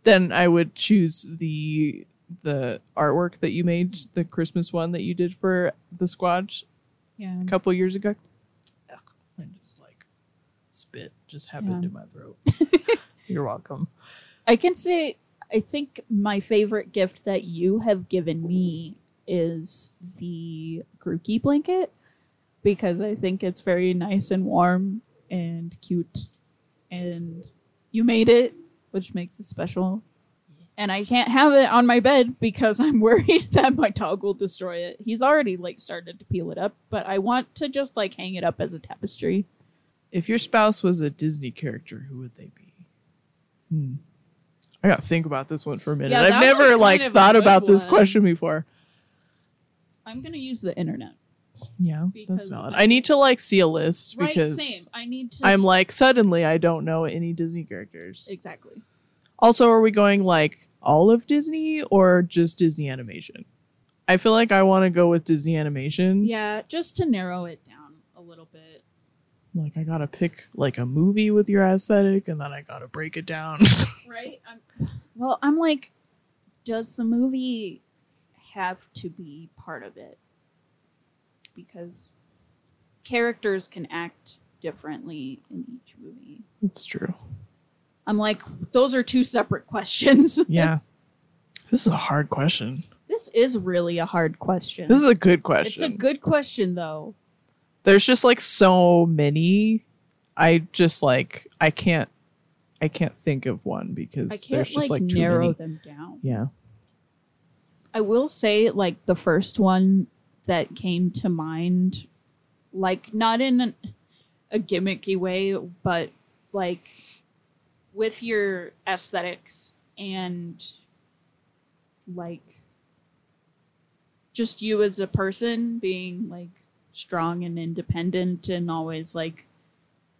then I would choose the the artwork that you made, the Christmas one that you did for the Squatch yeah. a couple years ago. Ugh, I just like spit just happened Yeah. in my throat. you're welcome. I can say I think my favorite gift that you have given me is the Grookey blanket because I think it's very nice and warm and cute and you made it, which makes it special. And I can't have it on my bed because I'm worried that my dog will destroy it. He's already like started to peel it up, but I want to just like hang it up as a tapestry. If your spouse was a Disney character, who would they be? Hmm. I gotta think about this one for a minute. Yeah, I've that one's never kind like of a thought good about this one. question before. I'm going to use the internet. Yeah, that's Because valid. I- I need to like see a list Right, because same. I need to I'm like suddenly I don't know any Disney characters. exactly. also, are we going like all of Disney or just Disney animation? I feel like I want to go with Disney animation. Yeah, just to narrow it down a little bit. Like I gotta pick like a movie with your aesthetic, and then I gotta break it down. Right? I'm, well, I'm like, does the movie have to be part of it? Because characters can act differently in each movie. it's true. I'm like, those are two separate questions. Yeah. This is a hard question. this is really a hard question. This is a good it's question. a good question, though. There's just like so many. I just like I can't I can't think of one because I can't there's just like, like, too narrow many. them down. Yeah. I will say, like, the first one that came to mind, like, not in an, a gimmicky way, but like with your aesthetics and like just you as a person being like strong and independent and always like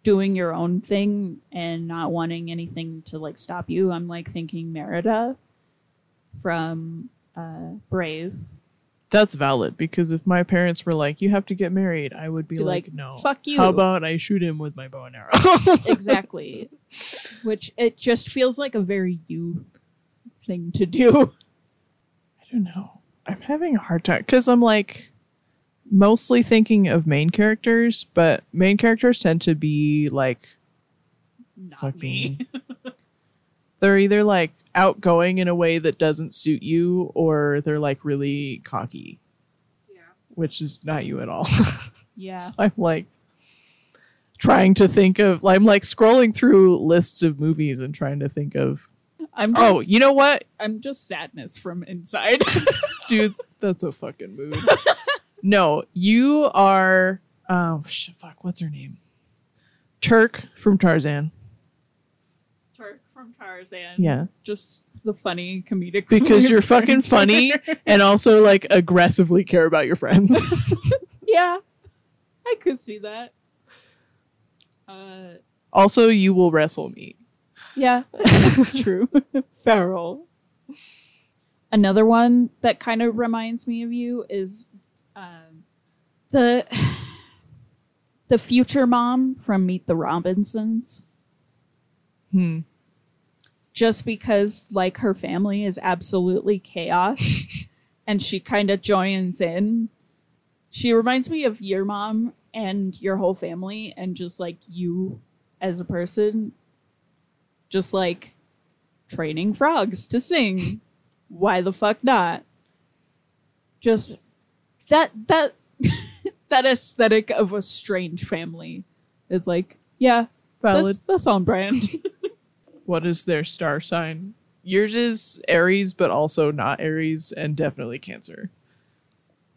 doing your own thing and not wanting anything to like stop you. I'm like thinking Merida from uh, Brave That's valid because if my parents were like, "You have to get married," I would be Be like, like, "No." Fuck you. How about I shoot him with my bow and arrow? exactly. Which it just feels like a very you thing to do. I don't know. I'm having a hard time because I'm like mostly thinking of main characters, but main characters tend to be like Not me. fucking. they're either like outgoing in a way that doesn't suit you, or they're like really cocky, which is not you at all. Yeah. So I'm like trying to think of. I'm like scrolling through lists of movies and trying to think of. I'm just, Oh, you know what? I'm just sadness from inside. dude that's a fucking mood no you are oh sh- fuck what's her name turk from tarzan Turk from Tarzan. yeah Just the funny comedic because relief you're from fucking funny Turk. and also like aggressively care about your friends yeah. I could see that. Uh also you will wrestle me Yeah, that's true. Feral. Another one that kind of reminds me of you is um, the the future mom from Meet the Robinsons. hmm Just because like her family is absolutely chaos, and she kind of joins in. She reminds me of your mom and your whole family, and just like you as a person, just like training frogs to sing. Why the fuck not? Just that that that aesthetic of a strange family is like, yeah, valid that's, that's on brand. what is their star sign yours is aries but also not aries and definitely cancer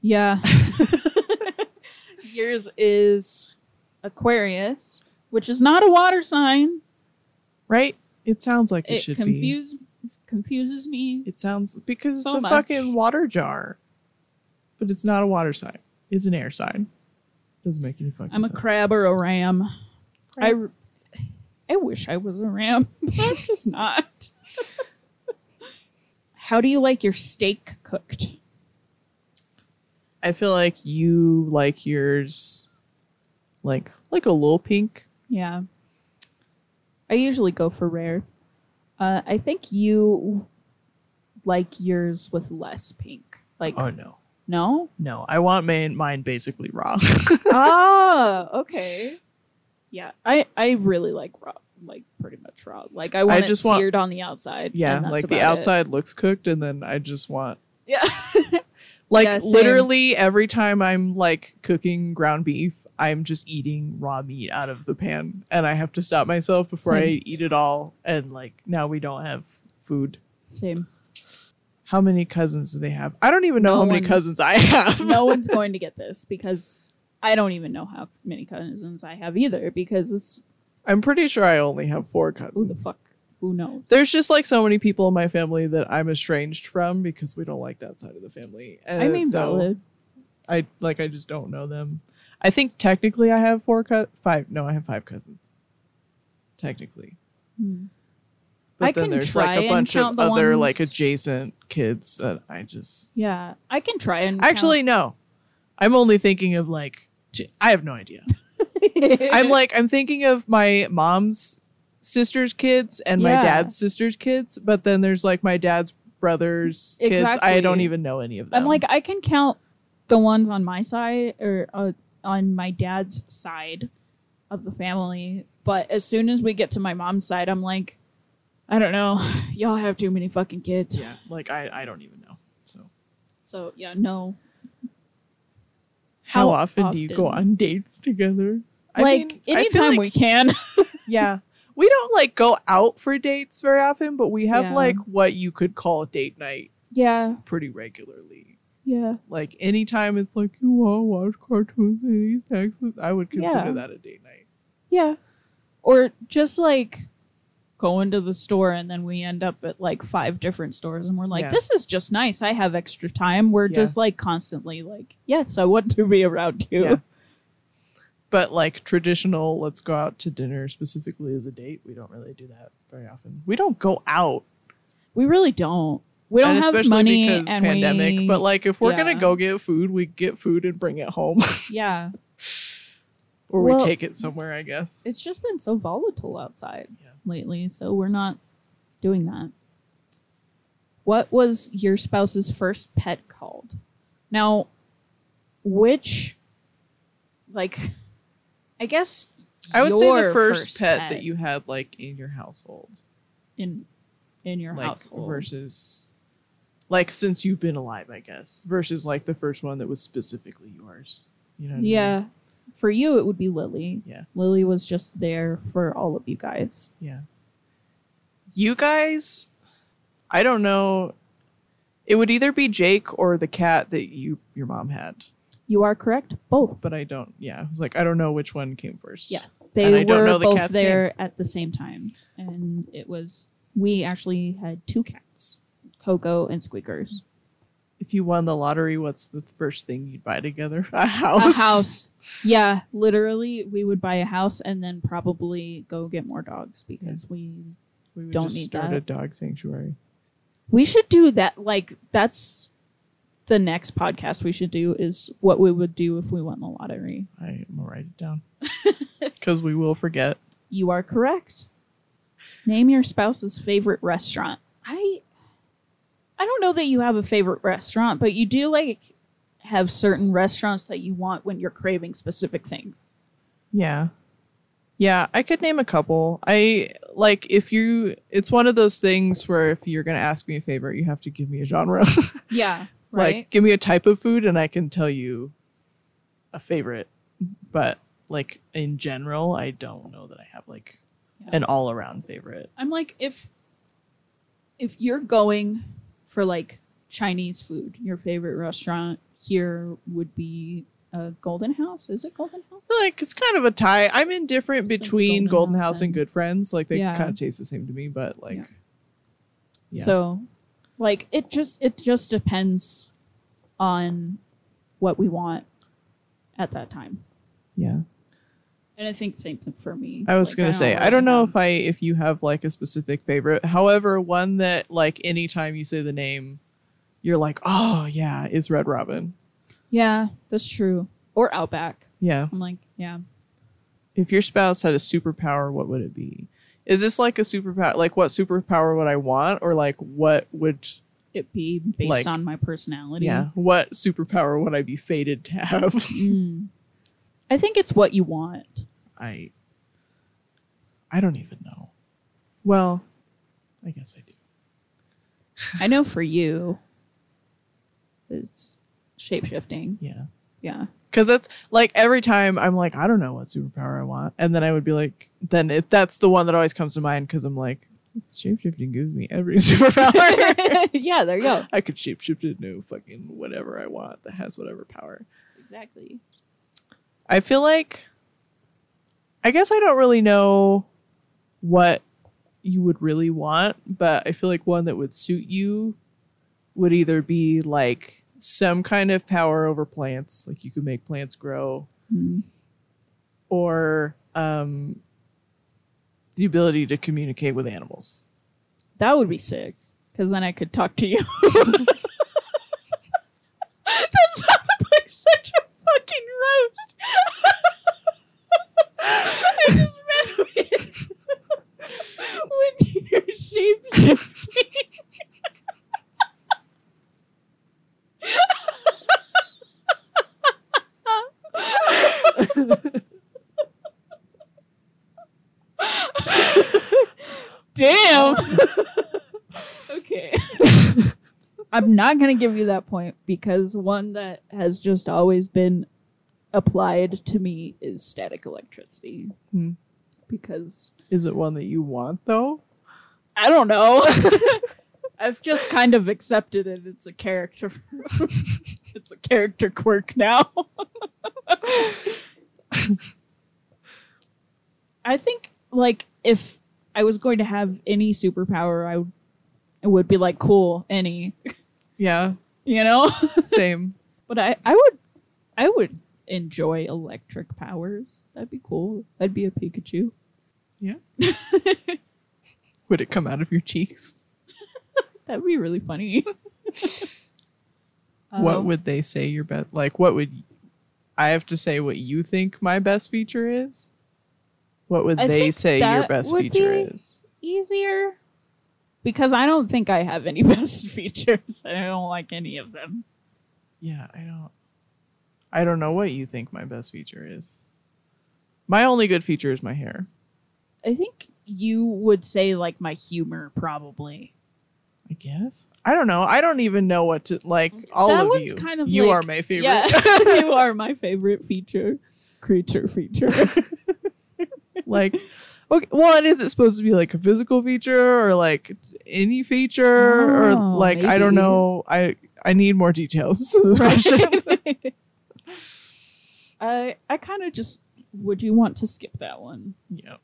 yeah. Yours is Aquarius, which is not a water sign. right it sounds like it, It should be confuse confuses me. It sounds because So it's a much. fucking water jar, but it's not a water sign. It's an air sign. Doesn't make any fucking. I'm a sense. crab or a ram. I, Crab. I wish I was a ram, but I'm just not. How do you like your steak cooked? I feel like you like yours, like like a little pink. Yeah. I usually go for rare. Uh, I think you like yours with less pink. Like, Oh no, no? no! I want mine mine basically raw. oh, okay. Yeah, I, I really like raw, like pretty much raw. Like, I want just it want- seared on the outside. yeah, and that's like the about it. outside looks cooked, and then I just want Yeah. like Yeah, same. literally every time I'm like cooking ground beef, I'm just eating raw meat out of the pan, and I have to stop myself before Same. I eat it all. And like now we don't have food. Same. How many cousins do they have? I don't even know No how many one- cousins I have. no one's going to get this because I don't even know how many cousins I have either because it's I'm pretty sure I only have four cousins. who the fuck who knows. There's just like so many people in my family that I'm estranged from because we don't like that side of the family. And I mean, so valid. I like I just don't know them. I think technically I have four co- five. No, I have five cousins. Technically. Hmm. But I then can there's try like a and bunch of count the other like ones- adjacent kids that I just Yeah, I can try and actually no. I'm only thinking of like t- I have no idea. count. I'm like I'm thinking of my mom's sister's kids and my Yeah. dad's sister's kids, but then there's like my dad's brother's kids. I Exactly. don't even know any of them. I'm like I can count the ones on my side or uh, on my dad's side of the family, but as soon as we get to my mom's side, I'm like, I don't know, y'all have too many fucking kids. yeah, like I I don't even know. So So yeah, no. how, How often, do you go often? on dates together? like I feel anytime like- we can. yeah. We don't like go out for dates very often, but we have Yeah. like what you could call a date night. Pretty regularly. Yeah. Like anytime it's like you want to watch cartoons and eat snacks, I would consider Yeah. that a date night. Yeah. Or just like going to the store and then we end up at like five different stores and we're like, Yeah. this is just nice. I have extra time. We're Yeah. just like constantly like, yes, I want to be around you. Yeah. but like traditional let's go out to dinner specifically as a date we don't really do that very often we don't go out We really don't. We don't and have especially money because and pandemic. we- But like, if we're yeah. gonna go get food, we get food and bring it home, yeah, or Well- we take it somewhere. I guess. it's just been so volatile outside Yeah. lately, so we're not doing that. What was your spouse's first pet called? Now, which, like, I guess I would say your the first, pet, pet that you had like in your household, in in your like household. versus, like since you've been alive, I guess, versus like the first one that was specifically yours. You know? what I mean? Yeah, for you it would be Lily. Yeah. Lily was just there for all of you guys. Yeah. You guys, I don't know. It would either be Jake or the cat that you your mom had, You are correct. Both. but I don't. Yeah, I was like, I don't know which one came first. Yeah. They And I were don't know the both cat's there at the same time. And it was we actually had two cats, Coco and Squeakers. If you won the lottery, what's the first thing you'd buy together? A house. A house. Yeah, literally we would buy a house and then probably go get more dogs because we We would Don't just need start that. a dog sanctuary. we should do that like that's the next podcast we should do is what we would do if we won the lottery. I will write it down because we will forget. You are correct. Name your spouse's favorite restaurant. I I don't know that you have a favorite restaurant, but you do like have certain restaurants that you want when you're craving specific things. Yeah. Yeah, I could name a couple. I like if you it's one of those things where if you're going to ask me a favor, you have to give me a genre. Yeah. Like, give me a type of food and I can tell you a favorite. But like in general, I don't know that I have like Yeah. an all around favorite. I'm like if if you're going for like Chinese food, your favorite restaurant here would be a Golden House. Is it Golden House? Like it's kind of a tie. I'm indifferent Like between Golden Golden, House House, and and- Good Friends. Like they Yeah. kind of taste the same to me, but like Yeah. Yeah. So like it just it just depends on what we want at that time. yeah. And I think same thing for me. I was Like, gonna say I don't know really if I if you have like a specific favorite. However, one that like anytime you say the name, you're like, oh yeah, it's Red Robin. Yeah, that's true. Or Outback. Yeah. I'm like, yeah. If your spouse had a superpower, what would it be? Is this like a superpower? Like what superpower would I want, or like what would? It be based Like- on my personality. Yeah. What superpower would I be fated to have? Mm. I think it's what you want. I. I don't even know. Well, I guess I do. I know for you, it's shape shifting. Yeah. Yeah. Cause that's like every time I'm like, I don't know what superpower I want. And then I would be like, then it, that's the one that always comes to mind. Cause I'm like, shapeshifting gives me every superpower. yeah, there you go. I could shapeshift into fucking whatever I want that has whatever power. Exactly. I feel like, I guess I don't really know what you would really want, but I feel like one that would suit you would either be like some kind of power over plants, like you could make plants grow Mm. or um, the ability to communicate with animals. That would be sick. Because then I could talk to you. that sounded like such a fucking roast. I just meant with when you're shape shifting. Damn. okay. I'm not going to give you that point because one that has just always been applied to me is static electricity. Hmm. Because Is it one that you want though? I don't know. I've just kind of accepted it. It's a character. it's a character quirk now. I think, like, if I was going to have any superpower, I would, it would be like, cool, any, Yeah, you know? same. But I, I would, I would enjoy electric powers. That'd be cool. I'd be a Pikachu. Would it come out of your cheeks? That'd be really funny. Um, What would they say your best? Like, what would I have to say? What you think my best feature is? What would I they think say your that best would feature be- is? easier? Because I don't think I have any best features. I don't like any of them. Yeah, I don't. I don't know what you think my best feature is. My only good feature is my hair. I think you would say like my humor probably. I guess. I don't know. I don't even know what to like. All That of one's you. kind of you like- are my favorite. Yeah, you are my favorite feature, creature feature. like, okay. Well, and is it supposed to be like a physical feature or like any feature or Oh, like I don't maybe. know. I I need more details to this Right. question. I I kind of just would you want to skip that one? yeah.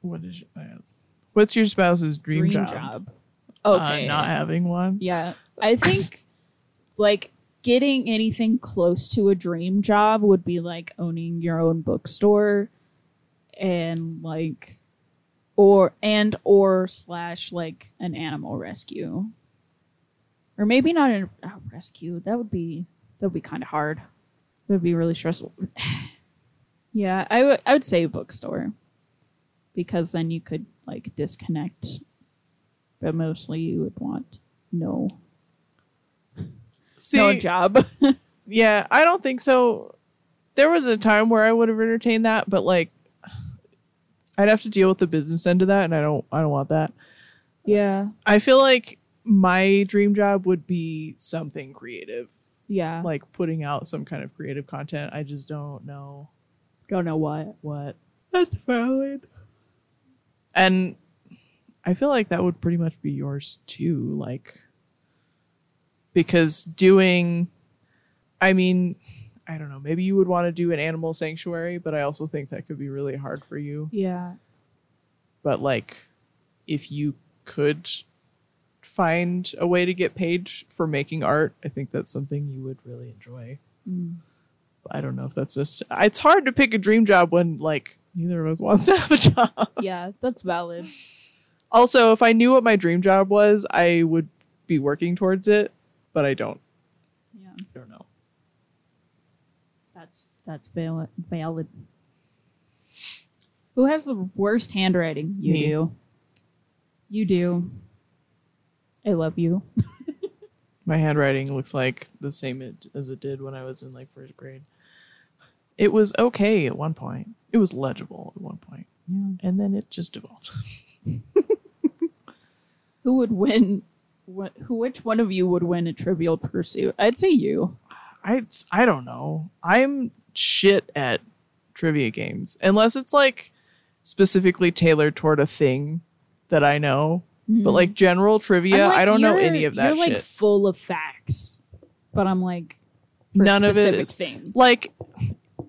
What is your, uh, what's your spouse's dream, job? Okay. Uh, not having one. yeah. I think like getting anything close to a dream job would be like owning your own bookstore and like or and or slash like an animal rescue. Or maybe not a a rescue. That would be that would be kind of hard. That would be really stressful. yeah, I would I would say bookstore because then you could like disconnect. But mostly you would want no See, no job. yeah, I don't think so. There was a time where I would have entertained that, but like, I'd have to deal with the business end of that, and I don't, I don't want that. yeah. I feel like my dream job would be something creative, Yeah. like putting out some kind of creative content. I just don't know Don't know what. what. That's valid. And I feel like that would pretty much be yours too, like because doing I mean, I don't know, maybe you would want to do an animal sanctuary, but I also think that could be really hard for you. Yeah. But like if you could find a way to get paid for making art, I think that's something you would really enjoy. Mm. I don't know if that's just. It's hard to pick a dream job when like neither of us wants to have a job. Yeah, that's valid. Also, if I knew what my dream job was, I would be working towards it, but I don't. Yeah. I don't know. That's that's valid. Valid. Who has the worst handwriting? You Me. do. You do. I love you. My handwriting looks like the same it, as it did when I was in like first grade. It was okay at one point. It was legible at one point, Yeah. and then it just evolved. Who would win? What, who? Which one of you would win a Trivial Pursuit? I'd say you. I I don't know. I'm shit at trivia games unless it's like specifically tailored toward a thing that I know. Mm. But like general I'm trivia, like, I don't know you're- any of that You're like shit. full of facts, but I'm like for None of it specific is things. like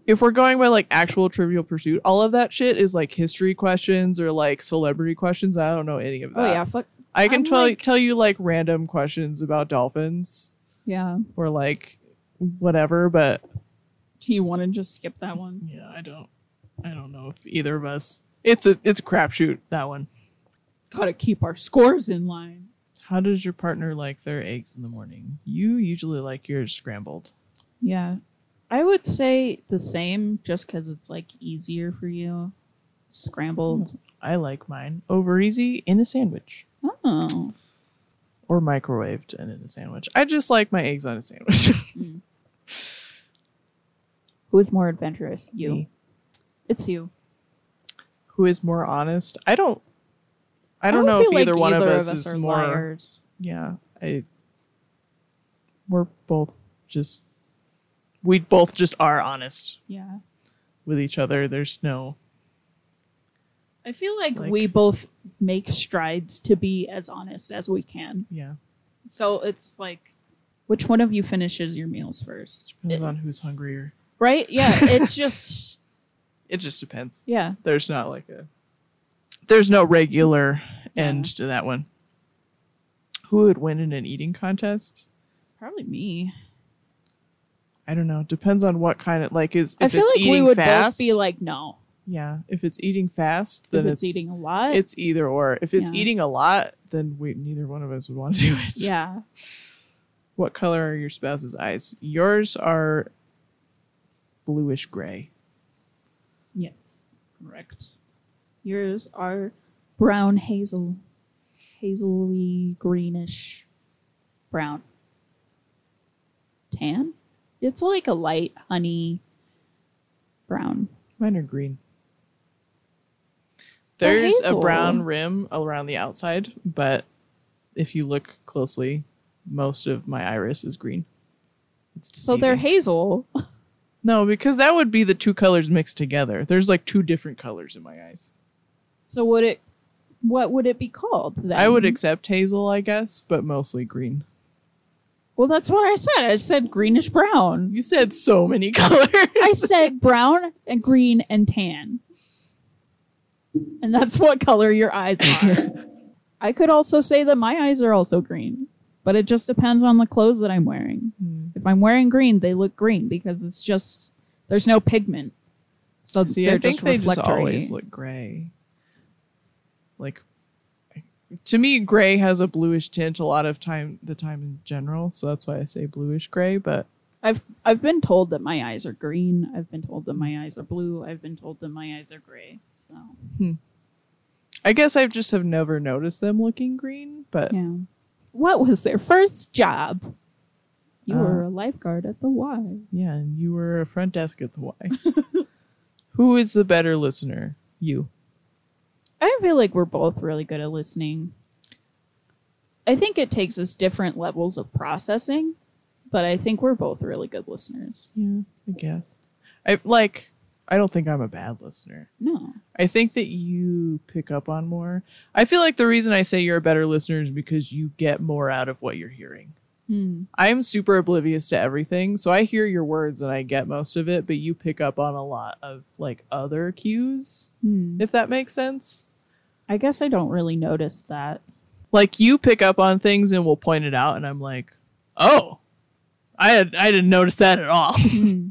if we're going by like actual trivial pursuit, all of that shit is like history questions or like celebrity questions. I don't know any of oh that. yeah, fuck I can I'm tell like- tell you like random questions about dolphins yeah. or like whatever, but Do you want to just skip that one? Yeah, I don't I don't know if either of us it's a it's a crapshoot, that one. Gotta keep our scores in line. How does your partner like their eggs in the morning? You usually like yours scrambled. Yeah. I would say the same just because it's like easier for you. Scrambled. I like mine over easy in a sandwich. Oh. Or microwaved and in a sandwich. I just like my eggs on a sandwich. Who is more adventurous? You. Me. It's you. Who is more honest? I don't I don't would know if feel like either one of us, is are more liars. Yeah. I we're both just we both just are honest Yeah. with each other. There's no I feel like, Like- we both make strides to be as honest as we can. yeah. So it's like, which one of you finishes your meals first? Depends on who's hungrier. right? Yeah. It's just, It just depends. yeah. There's not like a there's no regular Yeah. end to that one. Who would win in an eating contest? Probably me. I don't know. Depends on what kind of like is. If I feel it's like eating we would fast, both be like, no. Yeah. If it's eating fast, then if it's, eating a lot. It's either or. If it's Yeah. eating a lot, then we neither one of us would want to do it. yeah. What color are your spouse's eyes? Yours are bluish gray. Yes. Correct. Yours are brown hazel, hazily greenish brown. Tan? It's like a light honey brown. Mine are green. They're There's a hazel. brown rim around the outside, but if you look closely, most of my iris is green. It's So they're deceiving. hazel. no, because that would be the two colors mixed together. There's like two different colors in my eyes. So would it what would it be called then? I would accept hazel, I guess, but mostly green. Well, that's what I said. I said greenish brown. You said so many colors. I said brown and green and tan. And that's what color your eyes are. I could also say that my eyes are also green, but it just depends on the clothes that I'm wearing. Hmm. If I'm wearing green, they look green because it's just there's no pigment. So See, they're I think just they just reflectory. always look gray. Like, to me, gray has a bluish tint a lot of time, the time in general. So that's why I say bluish gray. But I've I've been told that my eyes are green. I've been told that my eyes are blue. I've been told that my eyes are gray. So I guess I just have never noticed them looking green. But yeah. What was their first job? You Uh, were a lifeguard at the Y. yeah, and you were a front desk at the Y. Who is the better listener? You. I feel like we're both really good at listening. I think it takes us different levels of processing, but I think we're both really good listeners. Yeah, I guess. I like. I don't think I'm a bad listener. No. I think that you pick up on more. I feel like the reason I say you're a better listener is because you get more out of what you're hearing. Hmm. I'm super oblivious to everything, so I hear your words and I get most of it, but you pick up on a lot of like other cues, Hmm. if that makes sense. I guess I don't really notice that. Like you pick up on things and will point it out and I'm like, "Oh, I had, I didn't notice that at all." Hmm.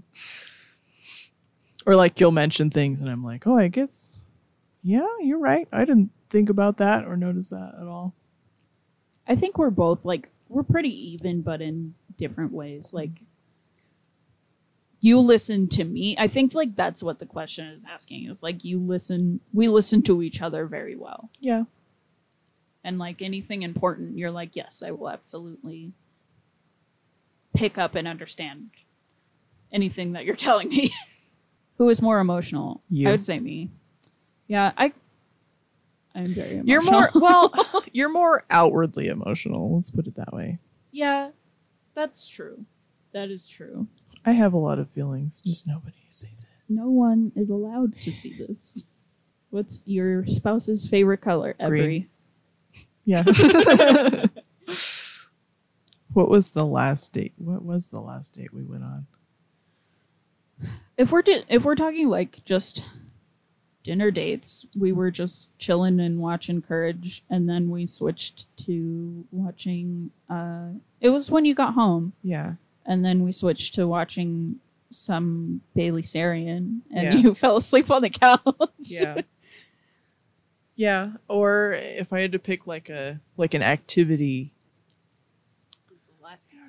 or like you'll mention things and I'm like, "Oh, I guess yeah, you're right. I didn't think about that or notice that at all." I think we're both like we're pretty even, but in different ways. Like you listen to me. I think like that's what the question is asking. Is like you listen. We listen to each other very well. Yeah. and like anything important, you're like, yes, I will absolutely pick up and understand anything that you're telling me. Who is more emotional? You. I would say me. Yeah, I. I'm very emotional. You're more well. You're more outwardly emotional. Let's put it that way. yeah, that's true. That is true. I have a lot of feelings, just nobody sees it. No one is allowed to see this. What's your spouse's favorite color? Every. Green. Yeah. what was the last date? What was the last date we went on? if we're di- if we're talking like just dinner dates, we were just chilling and watching Courage, and then we switched to watching. Uh, it was when you got home, Yeah. and then we switched to watching some Bailey Sarian, and Yeah. you fell asleep on the couch. Yeah. yeah. Or if I had to pick like a like an activity. I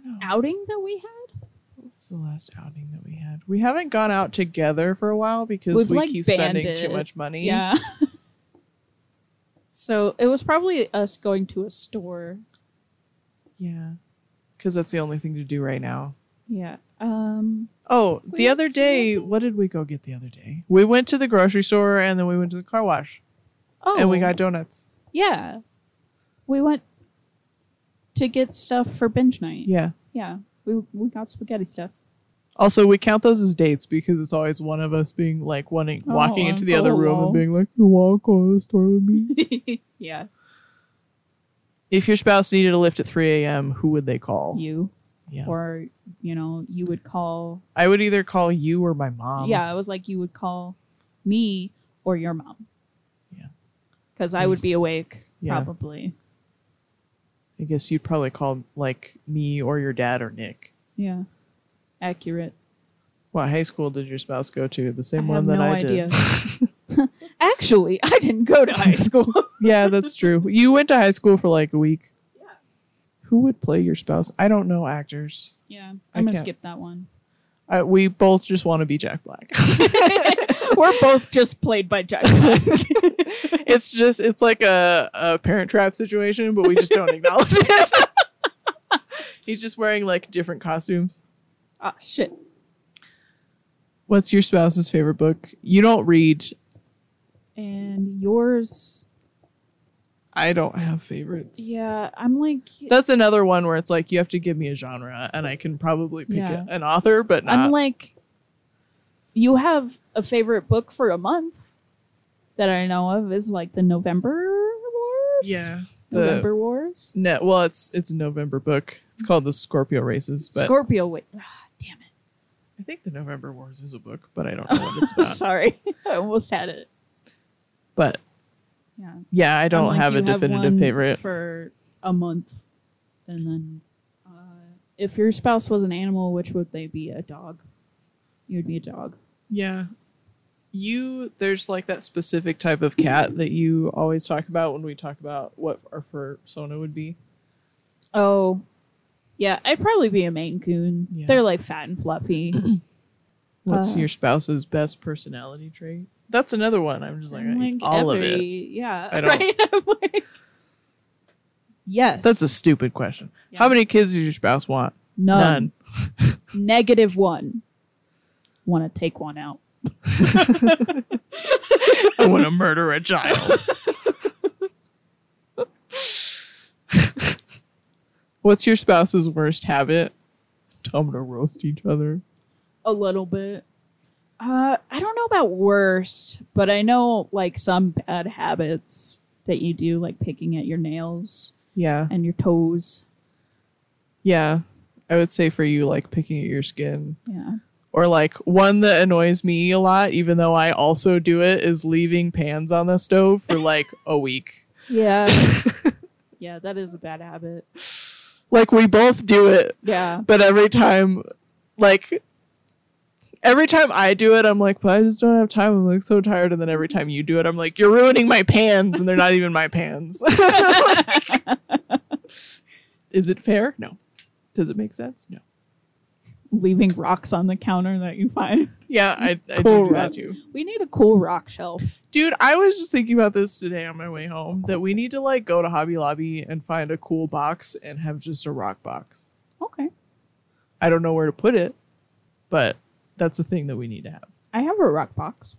don't know. outing that we had What was the last outing that we had? We haven't gone out together for a while because We've, we like, keep banned spending too it. much money. yeah so it was probably us going to a store Yeah. Because that's the only thing to do right now. yeah um Oh, We the went other to the day, what did we go get the other day? We went to the grocery store and then we went to the car wash oh and we got donuts. Yeah. We went to get stuff for binge night. Yeah. Yeah. We, we got spaghetti stuff. Also, we count those as dates because it's always one of us being like wanting, walking Oh, into the other room hello. and being like, "You want to go to the store with me?" yeah. if your spouse needed a lift at 3 a.m., who would they call? You. Yeah. Or, you know, you would call. I would either call you or my mom. yeah, it was like you would call me or your mom. Yeah. Because I would be awake, Yeah. probably. I guess you'd probably call like me or your dad or Nick. Yeah. Accurate. What high school did your spouse go to? The same I one have that no I did. idea. Actually, I didn't go to high school. Yeah, that's true. You went to high school for like a week. Who would play your spouse? I don't know actors. yeah, I I'm gonna can't. skip that one. I, we both just want to be Jack Black. We're both just played by Jack Black. it's just it's like a, a Parent Trap situation, but we just don't acknowledge it. He's just wearing like different costumes. ah, shit. What's your spouse's favorite book? You don't read. And yours? I don't have favorites. Yeah, I'm like. That's another one where it's like you have to give me a genre, and I can probably pick Yeah. a- an author, but not. I'm like, you have a favorite book for a month that I know of is like the November Wars. yeah, the November Wars. no. Well, it's it's a November book. It's called the Scorpio Races, but Scorpio. Wait, ah, damn I think the November Wars is a book, but I don't know what it's it. about. Sorry, I almost had it. But Yeah. yeah, I don't I'm like, have a you definitive one favorite. for a month, and then uh, if your spouse was an animal, which would they be? A dog. You'd be a dog. Yeah. You there's like that specific type of cat that you always talk about when we talk about what our persona would be. Oh, yeah, I'd probably be a Maine Coon. Yeah. They're like fat and fluffy. What's Uh. your spouse's best personality trait? That's another one. I'm just like, I'm I- like all of it. every- Yeah. I don't- Right? I'm like, yes. That's a stupid question. Yeah. How many kids does your spouse want? none. None. Negative one. Want to take one out. I want to murder a child. What's your spouse's worst habit? Tell them to roast each other. A little bit. Uh, I don't know about worst, but I know like some bad habits that you do, like picking at your nails Yeah. and your toes. Yeah. I would say for you, like picking at your skin. Yeah. Or like one that annoys me a lot, even though I also do it, is leaving pans on the stove for like a week. Yeah. yeah, that is a bad habit. Like we both do it, Yeah. but every time, like, every time I do it, I'm like, but I just don't have time. I'm like so tired. And then every time you do it, I'm like, you're ruining my pans, and they're not even my pans. is it fair? No. Does it make sense? No. Leaving rocks on the counter that you find. Yeah, I, I Cool do that rocks. too. We need a cool rock shelf. Dude, I was just thinking about this today on my way home that we need to like go to Hobby Lobby and find a cool box and have just a rock box. Okay. I don't know where to put it, but that's a thing that we need to have. I have a rock box.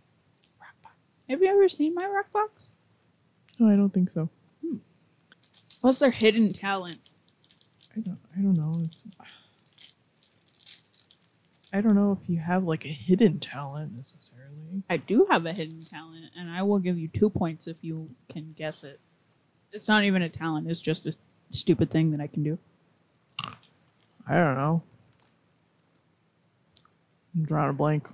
Have you ever seen my rock box? No, Oh, I don't think so. What's their hidden talent? I don't I don't know. It's- I don't know if you have like a hidden talent necessarily. I do have a hidden talent, and I will give you two points if you can guess it. It's not even a talent, it's just a stupid thing that I can do. I don't know. I'm drawing a blank.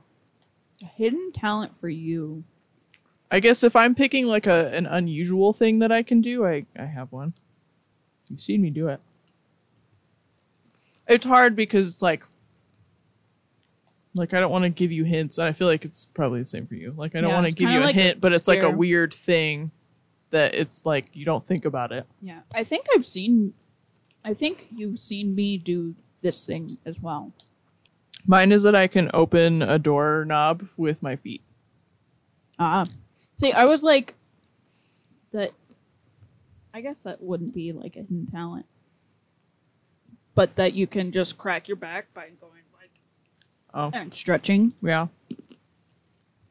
A hidden talent for you. I guess if I'm picking like a an unusual thing that I can do, I I have one. You've seen me do it. It's hard because it's like like I don't want to give you hints. and I feel like it's probably the same for you. Like I don't Yeah, want to it's give kinda you a like hint, but it's like a scare. weird thing that it's like you don't think about it. Yeah. I think I've seen. I think you've seen me do this thing as well. Mine is that I can open a doorknob with my feet. Ah. See, I was like, that. I guess that wouldn't be like a hidden talent, but that you can just crack your back by going like Oh, and stretching. yeah.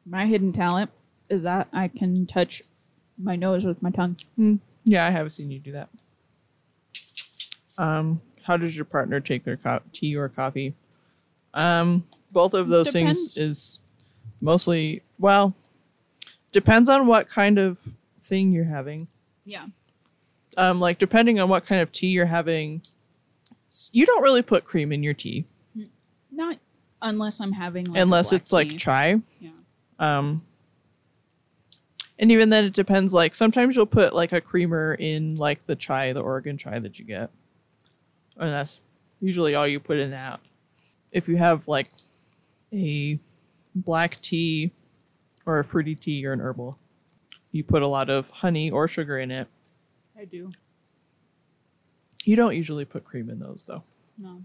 My hidden talent is that I can touch my nose with my tongue. Yeah, I have seen you do that. Um, how does your partner take their co- tea or coffee? Um, both of those Depends. things is mostly well, depends on what kind of thing you're having. Yeah. Um, like depending on what kind of tea you're having, s- you don't really put cream in your tea Not unless I'm having like a unless black it's like tea. chai. yeah. Um, and even then, it depends. Like sometimes you'll put like a creamer in like the chai, the Oregon chai that you get, and that's usually all you put in that. If you have like a black tea or a fruity tea or an herbal, you put a lot of honey or sugar in it. I do. You don't usually put cream in those though. No.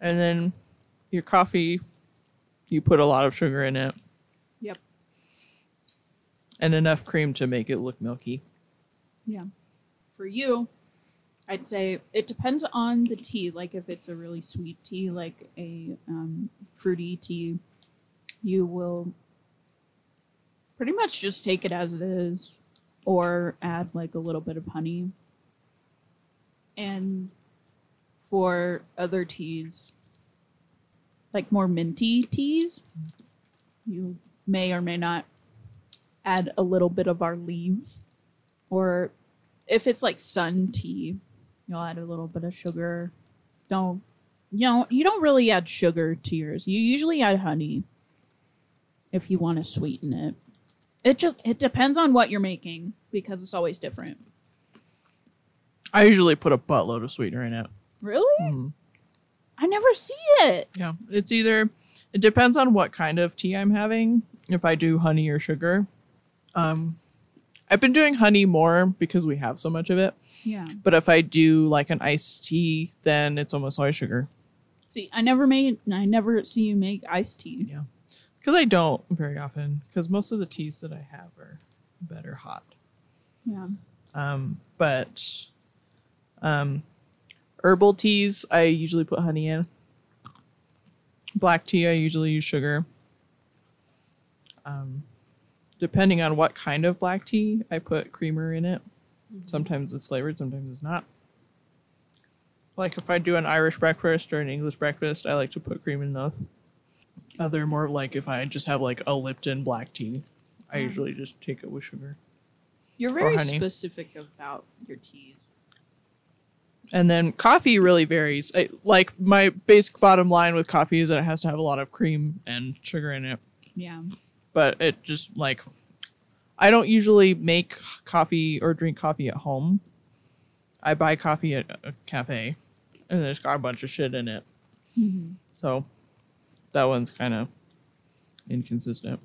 And then your coffee, you put a lot of sugar in it. Yep. And enough cream to make it look milky. For you, I'd say it depends on the tea. Like if it's a really sweet tea, like a um, fruity tea, you will pretty much just take it as it is or add like a little bit of honey. And for other teas, like more minty teas, you may or may not add a little bit of our leaves. Or if it's like sun tea, you'll add a little bit of sugar. Don't you know you don't really add sugar to yours. You usually add honey if you want to sweeten it. It just it depends on what you're making because it's always different. I usually put a buttload of sweetener in it. Really? Mm. I never see it. Yeah. It's either it depends on what kind of tea I'm having. If I do honey or sugar. Um I've been doing honey more because we have so much of it. Yeah. But if I do like an iced tea, then it's almost always sugar. See, I never made I never see you make iced tea. Because I don't very often, because most of the teas that I have are better hot. Yeah. Um, but um, herbal teas, I usually put honey in. Black tea, I usually use sugar. Um, depending on what kind of black tea, I put creamer in it. Sometimes it's flavored, sometimes it's not. Like if I do an Irish breakfast or an English breakfast, I like to put cream in those. Other more like if I just have like a Lipton black tea, I Mm. usually just take it with sugar. You're Or very honey. specific about your teas. And then coffee really varies. I, like my basic bottom line with coffee is that it has to have a lot of cream and sugar in it. Yeah. But it just like I don't usually make coffee or drink coffee at home. I buy coffee at a cafe and it's got a bunch of shit in it. Mm-hmm. So that one's kind of inconsistent.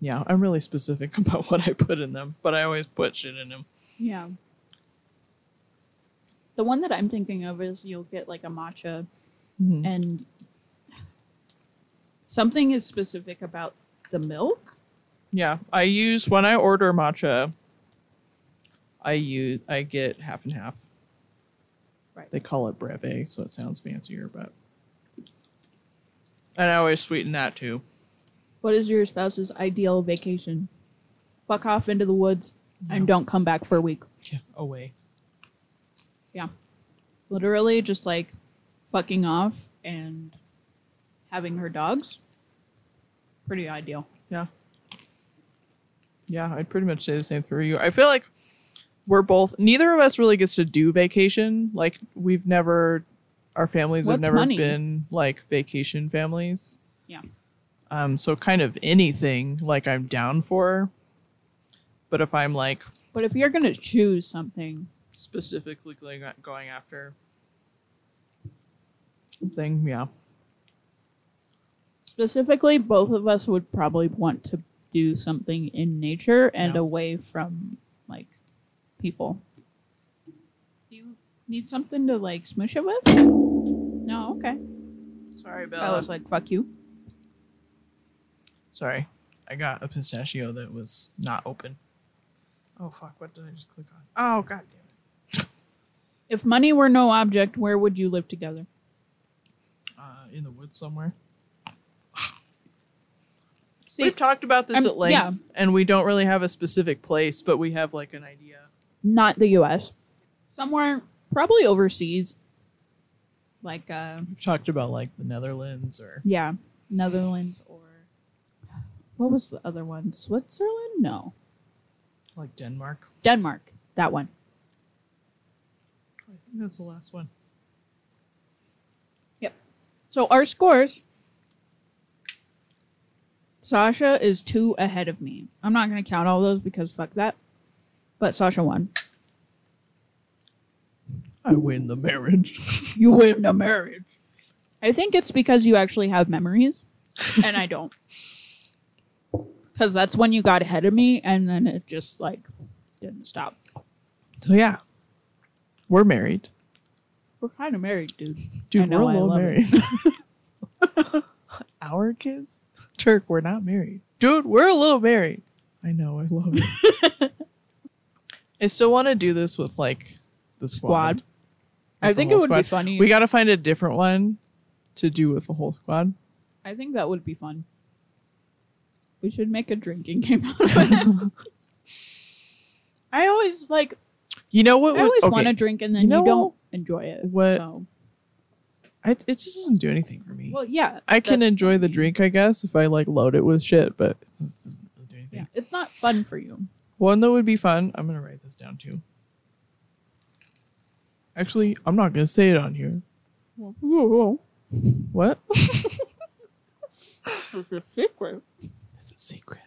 Yeah, I'm really specific about what I put in them, but I always put shit in them. Yeah. The one that I'm thinking of is you'll get like a matcha Mhm. and something is specific about the milk. Yeah, I use when I order matcha. I use I get half and half. Right. They call it breve, so it sounds fancier, but and I always sweeten that too. What is your spouse's ideal vacation? Fuck off into the woods and don't come back for a week. Yeah, away. Literally just like fucking off and having her dogs. Pretty ideal. Yeah, I'd pretty much say the same for you. I feel like we're both neither of us really gets to do vacation. Like we've never our families have What's never money? been like vacation families. Yeah. Um so kind of anything like I'm down for. But if I'm like But if you're going to choose something, specifically going going after something, yeah. specifically both of us would probably want to do something in nature and Yeah. away from like people do you need something to like smoosh it with no okay Sorry, i was like fuck you Sorry, I got a pistachio that was not open. Oh fuck! What did I just click on? Oh god damn it! if money were no object where would you live together Uh, in the woods somewhere. see We've talked about this I'm- at length, yeah. and we don't really have a specific place, but we have like an idea. not the us somewhere probably overseas like uh We've talked about like the Netherlands or yeah netherlands or what was the other one switzerland no like Denmark. denmark that one I think that's the last one. So our scores. Sasha is two ahead of me. I'm not going to count all those because fuck that. But Sasha won. I win the marriage. You win the marriage. I think it's because you actually have memories, and I don't. because that's when you got ahead of me, and then it just like didn't stop. So yeah, we're married, We're kind of married, dude. dude. know, we're a I little love married. Our kids, Turk. We're not married, dude. We're a little married. I know. I love it. I still want to do this with like the squad. Squad. I With the think it whole would be squad. funny. We got to find a different one to do with the whole squad. I think that would be fun. We should make a drinking game out of it. I always like. You know what? I would- always okay. want to drink, and then You you, know don't enjoy it. what- So. I, it just doesn't do anything for me. Well, yeah. I can that's enjoy what I the mean. drink, I guess, if I like load it with shit, but it just doesn't really do anything. Yeah, it's not fun for you. One that would be fun. I'm gonna write this down too. Actually, I'm not gonna say it on here. What? It's a secret. It's a secret.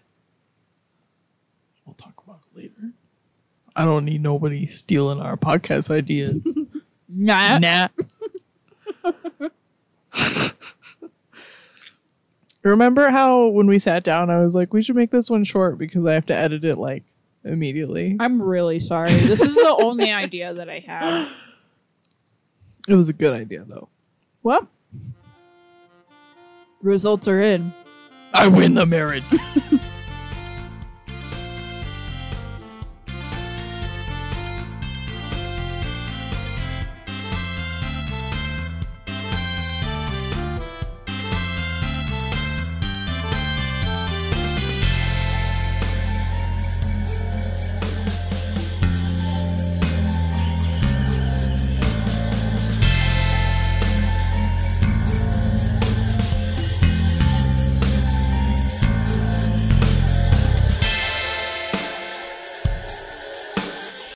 We'll talk about it later. I don't need nobody stealing our podcast ideas. Nah. nah. Remember how when we sat down, I was like, we should make this one short because I have to edit it like immediately. I'm really sorry. This is the only idea that I had. It was a good idea though. Well, results are in. I win the marriage.